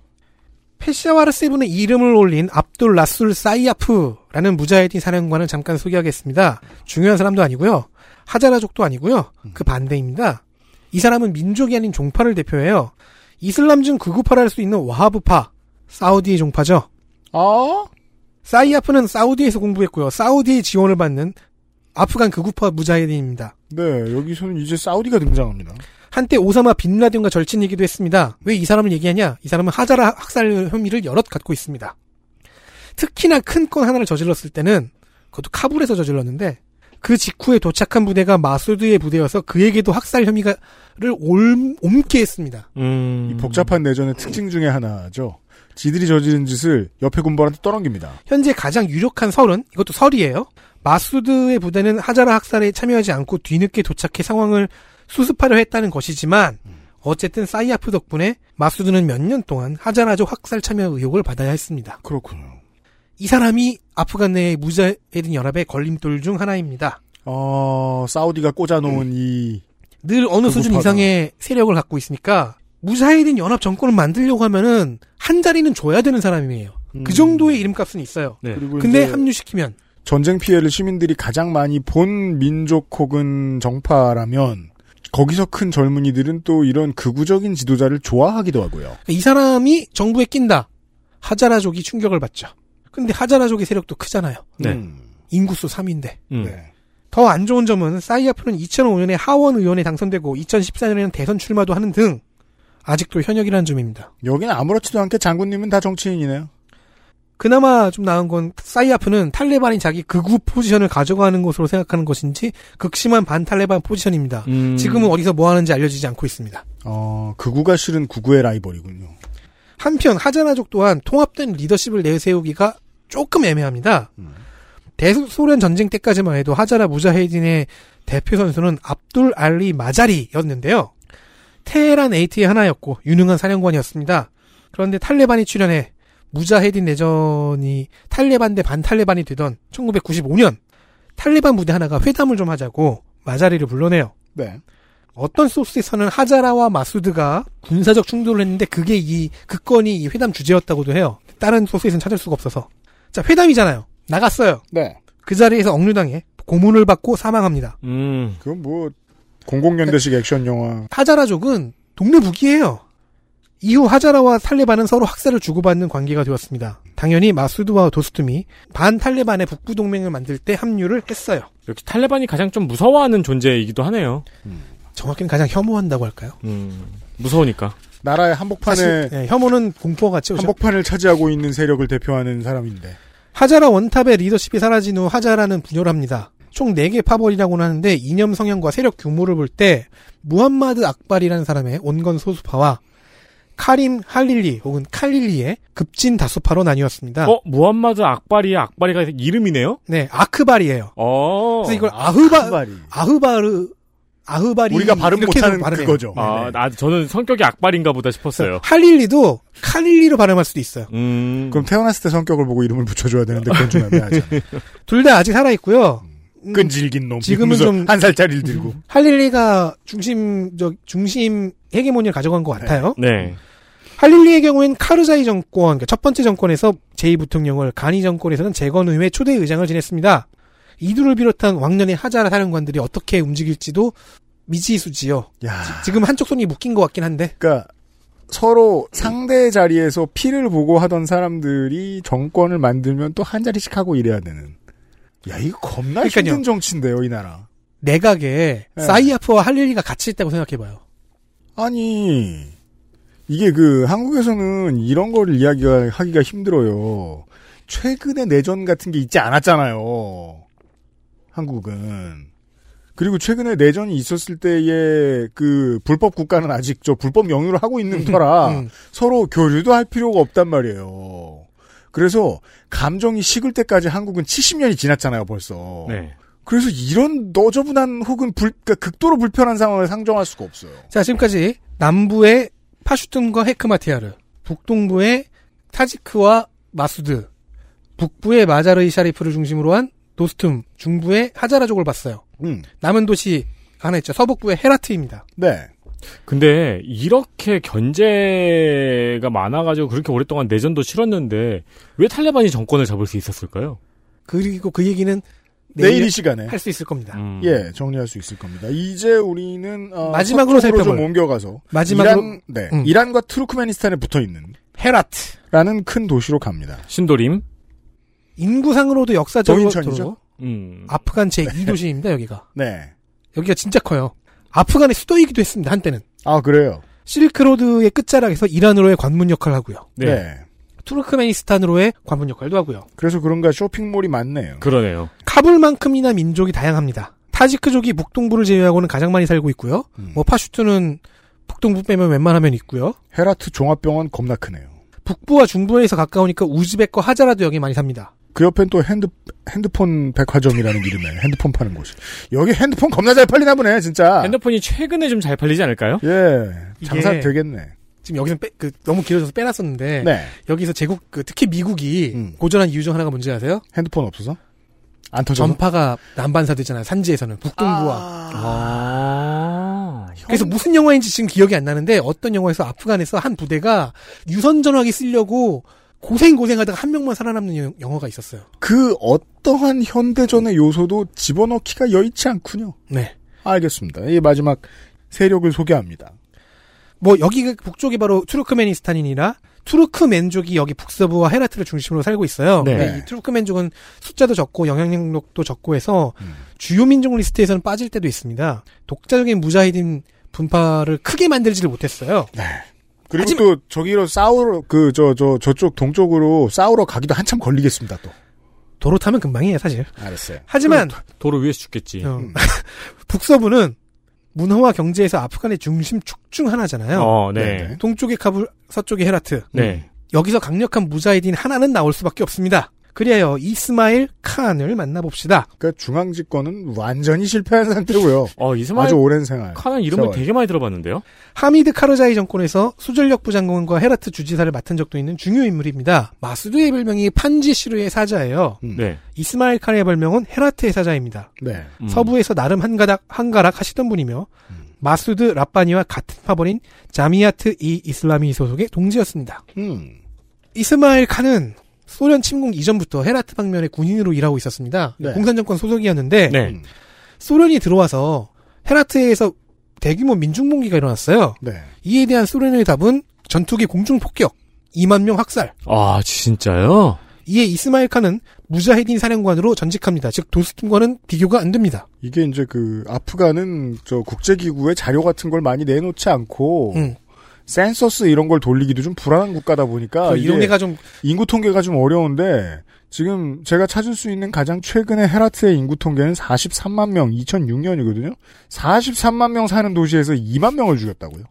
S3: 페샤와르 세븐의 이름을 올린 압둘 라술 사이아프라는 무자헤딘 사령관을 잠깐 소개하겠습니다. 중요한 사람도 아니고요. 하자라족도 아니고요. 그 반대입니다. 이 사람은 민족이 아닌 종파를 대표해요. 이슬람 중 극우파라 할 수 있는 와하브파, 사우디의 종파죠.
S2: 아?
S3: 사이아프는 사우디에서 공부했고요. 사우디의 지원을 받는 아프간 극우파 무자헤딘입니다.
S2: 네, 여기서는 이제 사우디가 등장합니다.
S3: 한때 오사마 빈라딘과 절친이기도 했습니다. 왜 이 사람을 얘기하냐? 이 사람은 하자라 학살 혐의를 여럿 갖고 있습니다. 특히나 큰 건 하나를 저질렀을 때는 그것도 카불에서 저질렀는데 그 직후에 도착한 부대가 마소드의 부대여서 그에게도 학살 혐의를 올, 옮게 했습니다.
S4: 음.
S2: 이 복잡한 내전의 특징 중에 하나죠. 지들이 저지른 짓을 옆에 군벌한테 떠넘깁니다.
S3: 현재 가장 유력한 설은 이것도 설이에요. 마수드의 부대는 하자라 학살에 참여하지 않고 뒤늦게 도착해 상황을 수습하려 했다는 것이지만 어쨌든 사이아프 덕분에 마수드는 몇 년 동안 하자라족 학살 참여 의혹을 받아야 했습니다.
S2: 그렇군요.
S3: 이 사람이 아프간 내의 무자헤딘 연합의 걸림돌 중 하나입니다.
S2: 어, 사우디가 꽂아놓은
S3: 음.
S2: 이
S3: 늘 어느
S2: 그
S3: 수준
S2: 무파가.
S3: 이상의 세력을 갖고 있으니까 무자헤딘 연합 정권을 만들려고 하면은 한 자리는 줘야 되는 사람이에요. 그 정도의 이름값은 있어요.
S4: 음. 네.
S2: 그리고
S3: 근데
S2: 이제
S3: 합류시키면
S2: 전쟁 피해를 시민들이 가장 많이 본 민족 혹은 정파라면 거기서 큰 젊은이들은 또 이런 극우적인 지도자를 좋아하기도 하고요.
S3: 이 사람이 정부에 낀다. 하자라족이 충격을 받죠. 근데 하자라족의 세력도 크잖아요.
S4: 네.
S2: 음,
S3: 인구수 3인데.
S4: 음.
S2: 네.
S3: 더 안 좋은 점은 사이아프는 2005년에 하원 의원에 당선되고 2014년에는 대선 출마도 하는 등 아직도 현역이라는 점입니다.
S2: 여기는 아무렇지도 않게 장군님은 다 정치인이네요.
S3: 그나마 좀 나은 건 사이아프는 탈레반이 자기 극우 포지션을 가져가는 것으로 생각하는 것인지 극심한 반탈레반 포지션입니다.
S4: 음.
S3: 지금은 어디서 뭐 하는지 알려지지 않고 있습니다.
S2: 어, 극우가 실은 구구의 라이벌이군요.
S3: 한편 하자나족 또한 통합된 리더십을 내세우기가 조금 애매합니다. 대소련 전쟁 때까지만 해도 하자라 무자헤딘의 대표 선수는 압둘 알리 마자리였는데요. 테헤란 에이트의 하나였고 유능한 사령관이었습니다. 그런데 탈레반이 출현해 무자헤딘 내전이 탈레반 대 반탈레반이 되던 1995년 탈레반 부대 하나가 회담을 좀 하자고 마자리를 불러내요.
S2: 네.
S3: 어떤 소스에서는 하자라와 마수드가 군사적 충돌을 했는데 그게 이 극건이 이 회담 주제였다고도 해요. 다른 소스에서는 찾을 수가 없어서. 자 회담이잖아요. 나갔어요.
S2: 네.
S3: 그 자리에서 억류당해 고문을 받고 사망합니다.
S4: 음.
S2: 그건 뭐,
S3: 네.
S2: 00년대식 액션 영화.
S3: 하자라족은 동네 북이에요. 이후 하자라와 탈레반은 서로 학살을 주고받는 관계가 되었습니다. 당연히 마수드와 도스툼이 반 탈레반의 북부 동맹을 만들 때 합류를 했어요.
S4: 역시 탈레반이 가장 좀 무서워하는 존재이기도 하네요.
S3: 정확히는 가장 혐오한다고 할까요?
S4: 음. 무서우니까.
S2: 나라의 한복판에
S3: 사실 예, 혐오는 공포가 채우죠.
S2: 한복판을 차지하고 있는 세력을 대표하는 사람인데.
S3: 하자라 원탑의 리더십이 사라진 후 하자라는 분열을 합니다. 총 4개 파벌이라고는 하는데 이념 성향과 세력 규모를 볼 때 무함마드 악발이라는 사람의 온건 소수파와 카림 할릴리 혹은 칼릴리의 급진 다수파로 나뉘었습니다.
S4: 어 무함마드 악바리의 악바리가 이름이네요.
S3: 네, 아크발이에요.
S4: 어.
S3: 그래서 이걸 아흐바
S2: 한발이.
S3: 아흐바르 아흐바리
S2: 우리가 발음
S3: 이렇게도
S2: 못하는
S3: 발음해요.
S2: 그거죠. 네,
S3: 네.
S4: 아, 나 저는 성격이 악발인가 보다 싶었어요.
S3: 할릴리도 칼릴리로 발음할 수도 있어요.
S4: 음.
S2: 그럼 태어났을 때 성격을 보고 이름을 붙여줘야 되는데 그건 좀 애매하죠.
S3: 둘 다 아직 살아 있고요.
S2: 음. 끈질긴 놈.
S3: 음. 지금은
S2: 이러면서
S3: 좀-
S2: 한 살짜리를 들고.
S3: 할릴리가 중심적 중심 헤게모니를 가져간 것 같아요.
S4: 네.
S3: 할릴리의 경우엔 카르자이 정권, 그러니까 첫 번째 정권에서 제2부통령을, 가니 정권에서는 재건의회 초대 의장을 지냈습니다. 이두를 비롯한 왕년의 하자라 사령관들이 어떻게 움직일지도 미지수지요.
S2: 야,
S3: 지금 한쪽 손이 묶인 것 같긴 한데.
S2: 그러니까 서로 상대 자리에서 피를 보고 하던 사람들이 정권을 만들면 또 한 자리씩 하고 이래야 되는. 야, 이거 겁나
S3: 그러니까요.
S2: 힘든 정치인데요, 이 나라.
S3: 내각에
S2: 네.
S3: 사이아프와 할릴리가 같이 있다고 생각해봐요.
S2: 아니 이게 그 한국에서는 이런 거를 이야기하기가 힘들어요. 최근에 내전 같은 게 있지 않았잖아요. 한국은 그리고 최근에 내전이 있었을 때의 그 불법 국가는 아직 저 불법 영유를 하고 있는 터라
S3: 음.
S2: 서로 교류도 할 필요가 없단 말이에요. 그래서 감정이 식을 때까지 한국은 70년이 지났잖아요, 벌써.
S3: 어.
S4: 네.
S2: 그래서 이런 너저분한 혹은 불, 그러니까 극도로 불편한 상황을 상정할 수가 없어요.
S3: 자, 지금까지 남부의 파슈툰과 헤크마티아르, 북동부의 타지크와 마수드, 북부의 마자르이 샤리프를 중심으로 한 노스툼, 중부의 하자라족을 봤어요.
S2: 음,
S3: 남은 도시 하나 있죠. 서북부의 헤라트입니다.
S2: 네.
S4: 근데 이렇게 견제가 많아가지고 그렇게 오랫동안 내전도 치렀는데 왜 탈레반이 정권을 잡을 수 있었을까요?
S3: 그리고 그 얘기는
S2: 내일,
S3: 내일
S2: 이 시간에
S3: 할 수 있을 겁니다.
S4: 음.
S2: 예 정리할 수 있을 겁니다. 이제 우리는 어,
S3: 마지막으로
S2: 서쪽으로 좀
S3: 살펴볼.
S2: 옮겨가서
S3: 마지막으로
S2: 이란, 네,
S3: 음.
S2: 이란과 투르크메니스탄에 붙어 있는
S3: 헤라트.
S2: 라는 큰 도시로 갑니다.
S4: 신도림.
S3: 인구상으로도 역사적으로
S2: 동인천이죠?
S4: 음.
S3: 아프간 제2도시입니다, 여기가.
S2: 네.
S3: 여기가 진짜 커요. 아프간의 수도이기도 했습니다, 한때는.
S2: 아 그래요.
S3: 실크로드의 끝자락에서 이란으로의 관문 역할을 하고요.
S2: 네.
S4: 네.
S3: 투르크메니스탄으로의 관문 역할도 하고요.
S2: 그래서 그런가 쇼핑몰이 많네요.
S4: 그러네요.
S3: 카불만큼이나 민족이 다양합니다. 타지크족이 북동부를 제외하고는 가장 많이 살고 있고요.
S2: 음.
S3: 뭐 파슈트는 북동부 빼면 웬만하면 있고요.
S2: 헤라트 종합병원 겁나 크네요.
S3: 북부와 중부에서 가까우니까 우즈벡과 하자라도 여기 많이 삽니다.
S2: 그 옆엔 또 핸드 핸드폰 백화점이라는 이름의 핸드폰 파는 곳이. 여기 핸드폰 겁나 잘 팔리나 보네 진짜.
S4: 핸드폰이 최근에 좀 잘 팔리지 않을까요?
S2: 예.
S3: 이게-
S2: 장사 되겠네.
S3: 지금 여기서 빼, 그, 너무 길어져서 빼놨었는데
S2: 네.
S3: 여기서 제국 그, 특히 미국이
S2: 음.
S3: 고전한 이유 중 하나가 뭔지 아세요?
S2: 핸드폰 없어서 안 터져.
S3: 전파가 남반사되잖아요. 산지에서는 북동부와.
S4: 아.
S3: 그래서 무슨 영화인지 지금 기억이 안 나는데 어떤 영화에서 아프간에서 한 부대가 유선 전화기 쓰려고 고생 고생하다가 한 명만 살아남는 영- 영화가 있었어요.
S2: 그 어떠한 현대전의 요소도 집어넣기가 여의치 않군요.
S3: 네.
S2: 알겠습니다. 이 마지막 세력을 소개합니다.
S3: 뭐 여기 북쪽이 바로 투르크메니스탄이니라 투르크맨족이 여기 북서부와 헤라트를 중심으로 살고 있어요.
S4: 네.
S3: 근데 이 투르크맨족은 숫자도 적고 영향력도 적고 해서
S2: 음.
S3: 주요 민족 리스트에서는 빠질 때도 있습니다. 독자적인 무자히딘 분파를 크게 만들지를 못했어요.
S2: 그리고
S3: 하지만-
S2: 또 저기로 싸우러 그 저 저 저쪽 동쪽으로 싸우러 가기도 한참 걸리겠습니다. 또
S3: 도로 타면 금방이에요, 사실.
S2: 알았어요.
S3: 하지만
S4: 도로 위에서 죽겠지.
S3: 어,
S2: 음.
S3: 북서부는 문화와 경제에서 아프간의 중심 축 중 하나잖아요.
S4: 어, 네.
S2: 네네.
S3: 동쪽이 카불, 서쪽이 헤라트.
S4: 네.
S3: 여기서 강력한 무자히딘 하나는 나올 수밖에 없습니다. 그리하여 이스마일 칸을 만나봅시다.
S2: 그러니까 중앙 집권은 완전히 실패한 상태고요.
S4: 어,
S2: 아주
S4: 이스마일
S2: 오랜 생활.
S4: 칸은 이름을
S2: 세월.
S4: 되게 많이 들어봤는데요.
S3: 하미드 카르자이 정권에서 수전력 부장관과 헤라트 주지사를 맡은 적도 있는 중요 인물입니다. 마수드의 별명이 판지시르의 사자예요.
S2: 음.
S4: 네.
S3: 이스마일 칸의 별명은 헤라트의 사자입니다.
S2: 네.
S4: 음.
S3: 서부에서 나름 한가닥, 한가락 하시던 분이며
S2: 음.
S3: 마수드 라빠니와 같은 파벌인 자미아트 이 이슬람이 소속의 동지였습니다.
S2: 음.
S3: 이스마일 칸은 소련 침공 이전부터 헤라트 방면의 군인으로 일하고 있었습니다.
S2: 네.
S3: 공산정권 소속이었는데
S4: 네.
S2: 음.
S3: 소련이 들어와서 헤라트에서 대규모 민중봉기가 일어났어요.
S2: 네.
S3: 이에 대한 소련의 답은 전투기 공중 폭격, 2만 명 학살.
S4: 아, 진짜요?
S3: 이에 이스마일 칸은 무자헤딘 사령관으로 전직합니다. 즉 도스팀과는 비교가 안 됩니다.
S2: 이게 이제 그 아프간은 저 국제기구에 자료 같은 걸 많이 내놓지 않고
S3: 음.
S2: 센서스 이런 걸 돌리기도 좀 불안한 국가다 보니까
S3: 그
S2: 아, 그러니까 이게
S3: 이런 애가 좀
S2: 인구 통계가 좀 어려운데 지금 제가 찾을 수 있는 가장 최근의 헤라트의 인구 통계는 43만 명 2006년이거든요. 43만 명 사는 도시에서 2만 명을 죽였다고요.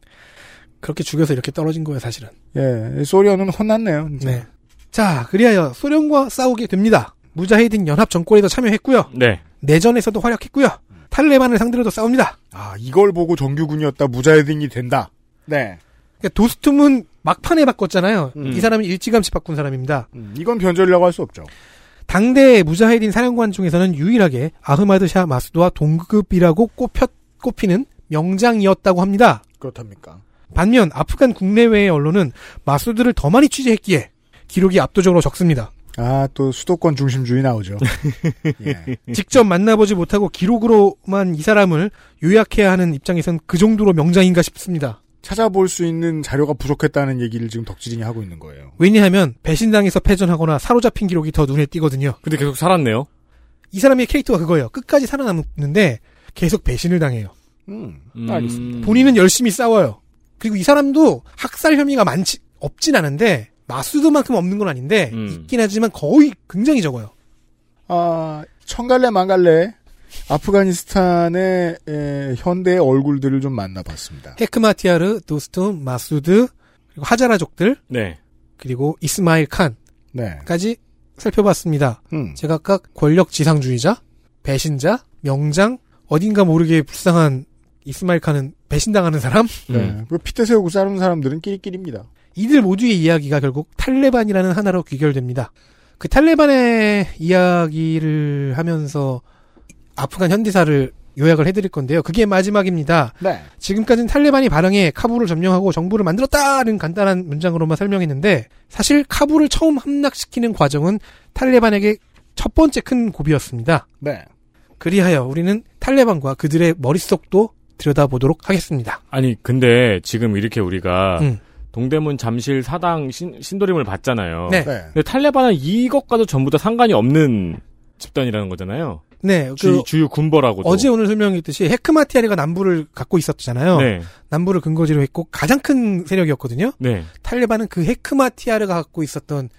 S3: 그렇게 죽여서 이렇게 떨어진 거예요, 사실은.
S2: 예, 소련은 혼났네요. 이제.
S3: 네. 자, 그리하여 소련과 싸우게 됩니다. 무자헤딘 연합 정권에도 참여했고요.
S4: 네.
S3: 내전에서도 활약했고요. 탈레반을 상대로도 싸웁니다.
S2: 아 이걸 보고 정규군이었다 무자헤딘이 된다. 네.
S3: 그러니까 도스툼은 막판에 바꿨잖아요.
S2: 음.
S3: 이 사람이 일찌감치 바꾼 사람입니다.
S2: 음, 이건 변절이라고 할 수 없죠.
S3: 당대 무자헤딘 사령관 중에서는 유일하게 아흐마드 샤 마수드와 동급이라고 꼽혔, 꼽히는 명장이었다고 합니다.
S2: 그렇답니까?
S3: 반면 아프간 국내외의 언론은 마수드를 더 많이 취재했기에 기록이 압도적으로 적습니다.
S2: 아, 또 수도권 중심주의 나오죠. 예.
S3: 직접 만나보지 못하고 기록으로만 이 사람을 요약해야 하는 입장에선 그 정도로 명장인가 싶습니다.
S2: 찾아볼 수 있는 자료가 부족했다는 얘기를 지금 덕질인이 하고 있는 거예요.
S3: 왜냐하면 배신당해서 패전하거나 사로잡힌 기록이 더 눈에 띄거든요.
S4: 근데 계속 살았네요.
S3: 이 사람의 캐릭터가 그거예요. 끝까지 살아남는데 계속 배신을 당해요.
S2: 음,
S4: 음.
S2: 알겠습니다.
S3: 본인은 열심히 싸워요. 그리고 이 사람도 학살 혐의가 많지 없진 않은데 마수드만큼 없는 건 아닌데
S4: 음.
S3: 있긴 하지만 거의 굉장히 적어요.
S2: 아, 청갈래 망갈래 아프가니스탄의 에, 현대의 얼굴들을 좀 만나봤습니다.
S3: 헤크마티아르, 도스툼, 마수드, 그리고 하자라족들,
S4: 네.
S3: 그리고 이스마일 칸까지
S2: 네.
S3: 그러니까 살펴봤습니다.
S2: 음.
S3: 제가 아까 권력 지상주의자, 배신자, 명장, 어딘가 모르게 불쌍한 이스마일 칸은 배신당하는 사람?
S4: 음.
S2: 네. 그 핏대 세우고 싸우는 사람들은 끼리끼리입니다.
S3: 이들 모두의 이야기가 결국 탈레반이라는 하나로 귀결됩니다. 그 탈레반의 이야기를 하면서 아프간 현대사를 요약을 해드릴 건데요. 그게 마지막입니다.
S2: 네.
S3: 지금까지는 탈레반이 발행해 카불을 점령하고 정부를 만들었다는 간단한 문장으로만 설명했는데 사실 카불을 처음 함락시키는 과정은 탈레반에게 첫 번째 큰 고비였습니다.
S2: 네.
S3: 그리하여 우리는 탈레반과 그들의 머릿속도 들여다보도록 하겠습니다.
S4: 아니 근데 지금 이렇게 우리가
S3: 음.
S4: 동대문 잠실 사당 신, 신도림을 봤잖아요.
S3: 네.
S2: 네.
S4: 근데 탈레반은 이것과도 전부 다 상관이 없는 집단이라는 거잖아요.
S3: 네, 그
S4: 주, 주요 군벌하고도.
S3: 어제 오늘 설명했듯이 헤크마티아리가 남부를 갖고 있었잖아요.
S4: 네.
S3: 남부를 근거지로 했고 가장 큰 세력이었거든요.
S4: 네.
S3: 탈레반은 그 헤크마티아르가 갖고 있었던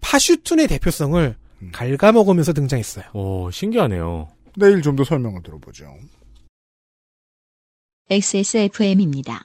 S3: 파슈툰의 대표성을
S2: 음.
S3: 갉아먹으면서 등장했어요.
S4: 오 신기하네요.
S2: 내일 좀 더 설명을 들어보죠.
S1: XSFM입니다.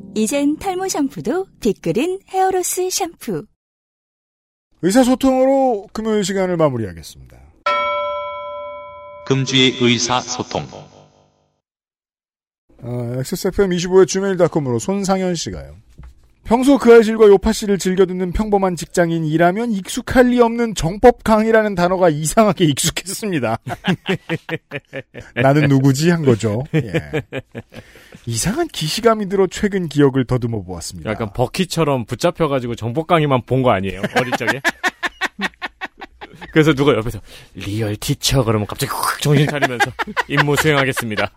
S6: 이젠 탈모 샴푸도 빅그린 헤어로스 샴푸.
S2: 의사소통으로 금요일 시간을 마무리하겠습니다.
S10: 금주의 의사소통.
S2: 어, XSFM25의 gmail.com으로 손상현 씨가요. 평소 그 아실과 요파 씨를 즐겨 듣는 평범한 직장인이라면 익숙할 리 없는 정법 강이라는 단어가 이상하게 익숙했습니다. 나는 누구지 한 거죠. 예. 이상한 기시감이 들어 최근 기억을 더듬어 보았습니다.
S4: 약간 버키처럼 붙잡혀가지고 정복 강의만 본 거 아니에요? 어릴 적에. 그래서 누가 옆에서 리얼 티처 그러면 갑자기 확 정신 차리면서 임무 수행하겠습니다.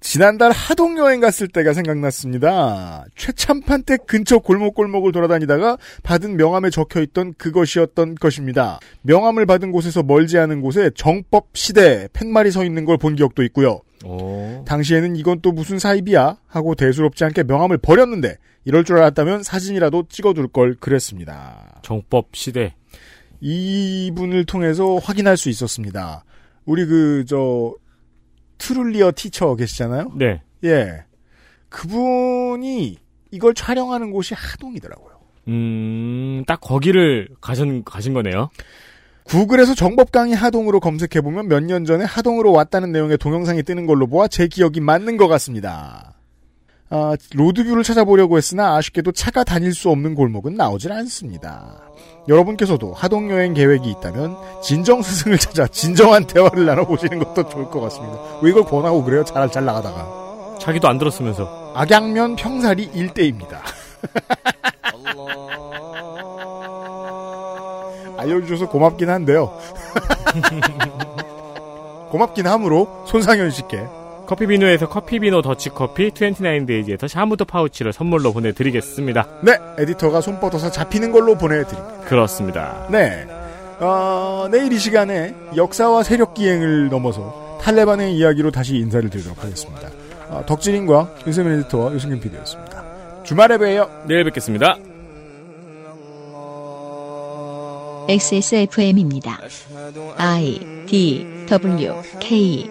S2: 지난달 하동 여행 갔을 때가 생각났습니다. 최참판 댁 근처 골목골목을 돌아다니다가 받은 명함에 적혀 있던 그것이었던 것입니다. 명함을 받은 곳에서 멀지 않은 곳에 정법 시대 팻말이 서 있는 걸 본 기억도 있고요.
S4: 오.
S2: 당시에는 이건 또 무슨 사입이야 하고 대수롭지 않게 명함을 버렸는데 이럴 줄 알았다면 사진이라도 찍어둘 걸 그랬습니다.
S4: 정법 시대.
S2: 이분을 통해서 확인할 수 있었습니다. 우리 그 저 트룰리어 티처 계시잖아요.
S4: 네.
S2: 예. 그분이 이걸 촬영하는 곳이 하동이더라고요.
S4: 음, 딱 거기를 가신, 가신 거네요.
S2: 구글에서 정법 강의 하동으로 검색해보면 몇 년 전에 하동으로 왔다는 내용의 동영상이 뜨는 걸로 보아 제 기억이 맞는 것 같습니다. 아, 로드뷰를 찾아보려고 했으나 아쉽게도 차가 다닐 수 없는 골목은 나오질 않습니다. 여러분께서도 하동 여행 계획이 있다면 진정 스승을 찾아 진정한 대화를 나눠보시는 것도 좋을 것 같습니다. 왜 이걸 권하고 그래요? 잘, 잘 나가다가.
S4: 자기도 안 들었으면서.
S2: 악양면 평사리 일대입니다. 알려주셔서 아, 고맙긴 한데요. 고맙긴 하므로 손상현 씨께
S4: 커피 비누에서 커피 비누 더치 커피 29데이지에서 샤무드 파우치를 선물로 보내드리겠습니다.
S2: 네 에디터가 손 뻗어서 잡히는 걸로 보내드립니다.
S4: 그렇습니다.
S2: 네 어, 내일 이 시간에 역사와 세력 기행을 넘어서 탈레반의 이야기로 다시 인사를 드리도록 하겠습니다. 어, 덕진인과 윤세민 에디터와 유승균 PD였습니다. 주말에 봬요.
S4: 내일 뵙겠습니다.
S10: 아
S1: XSFM입니다. I D W K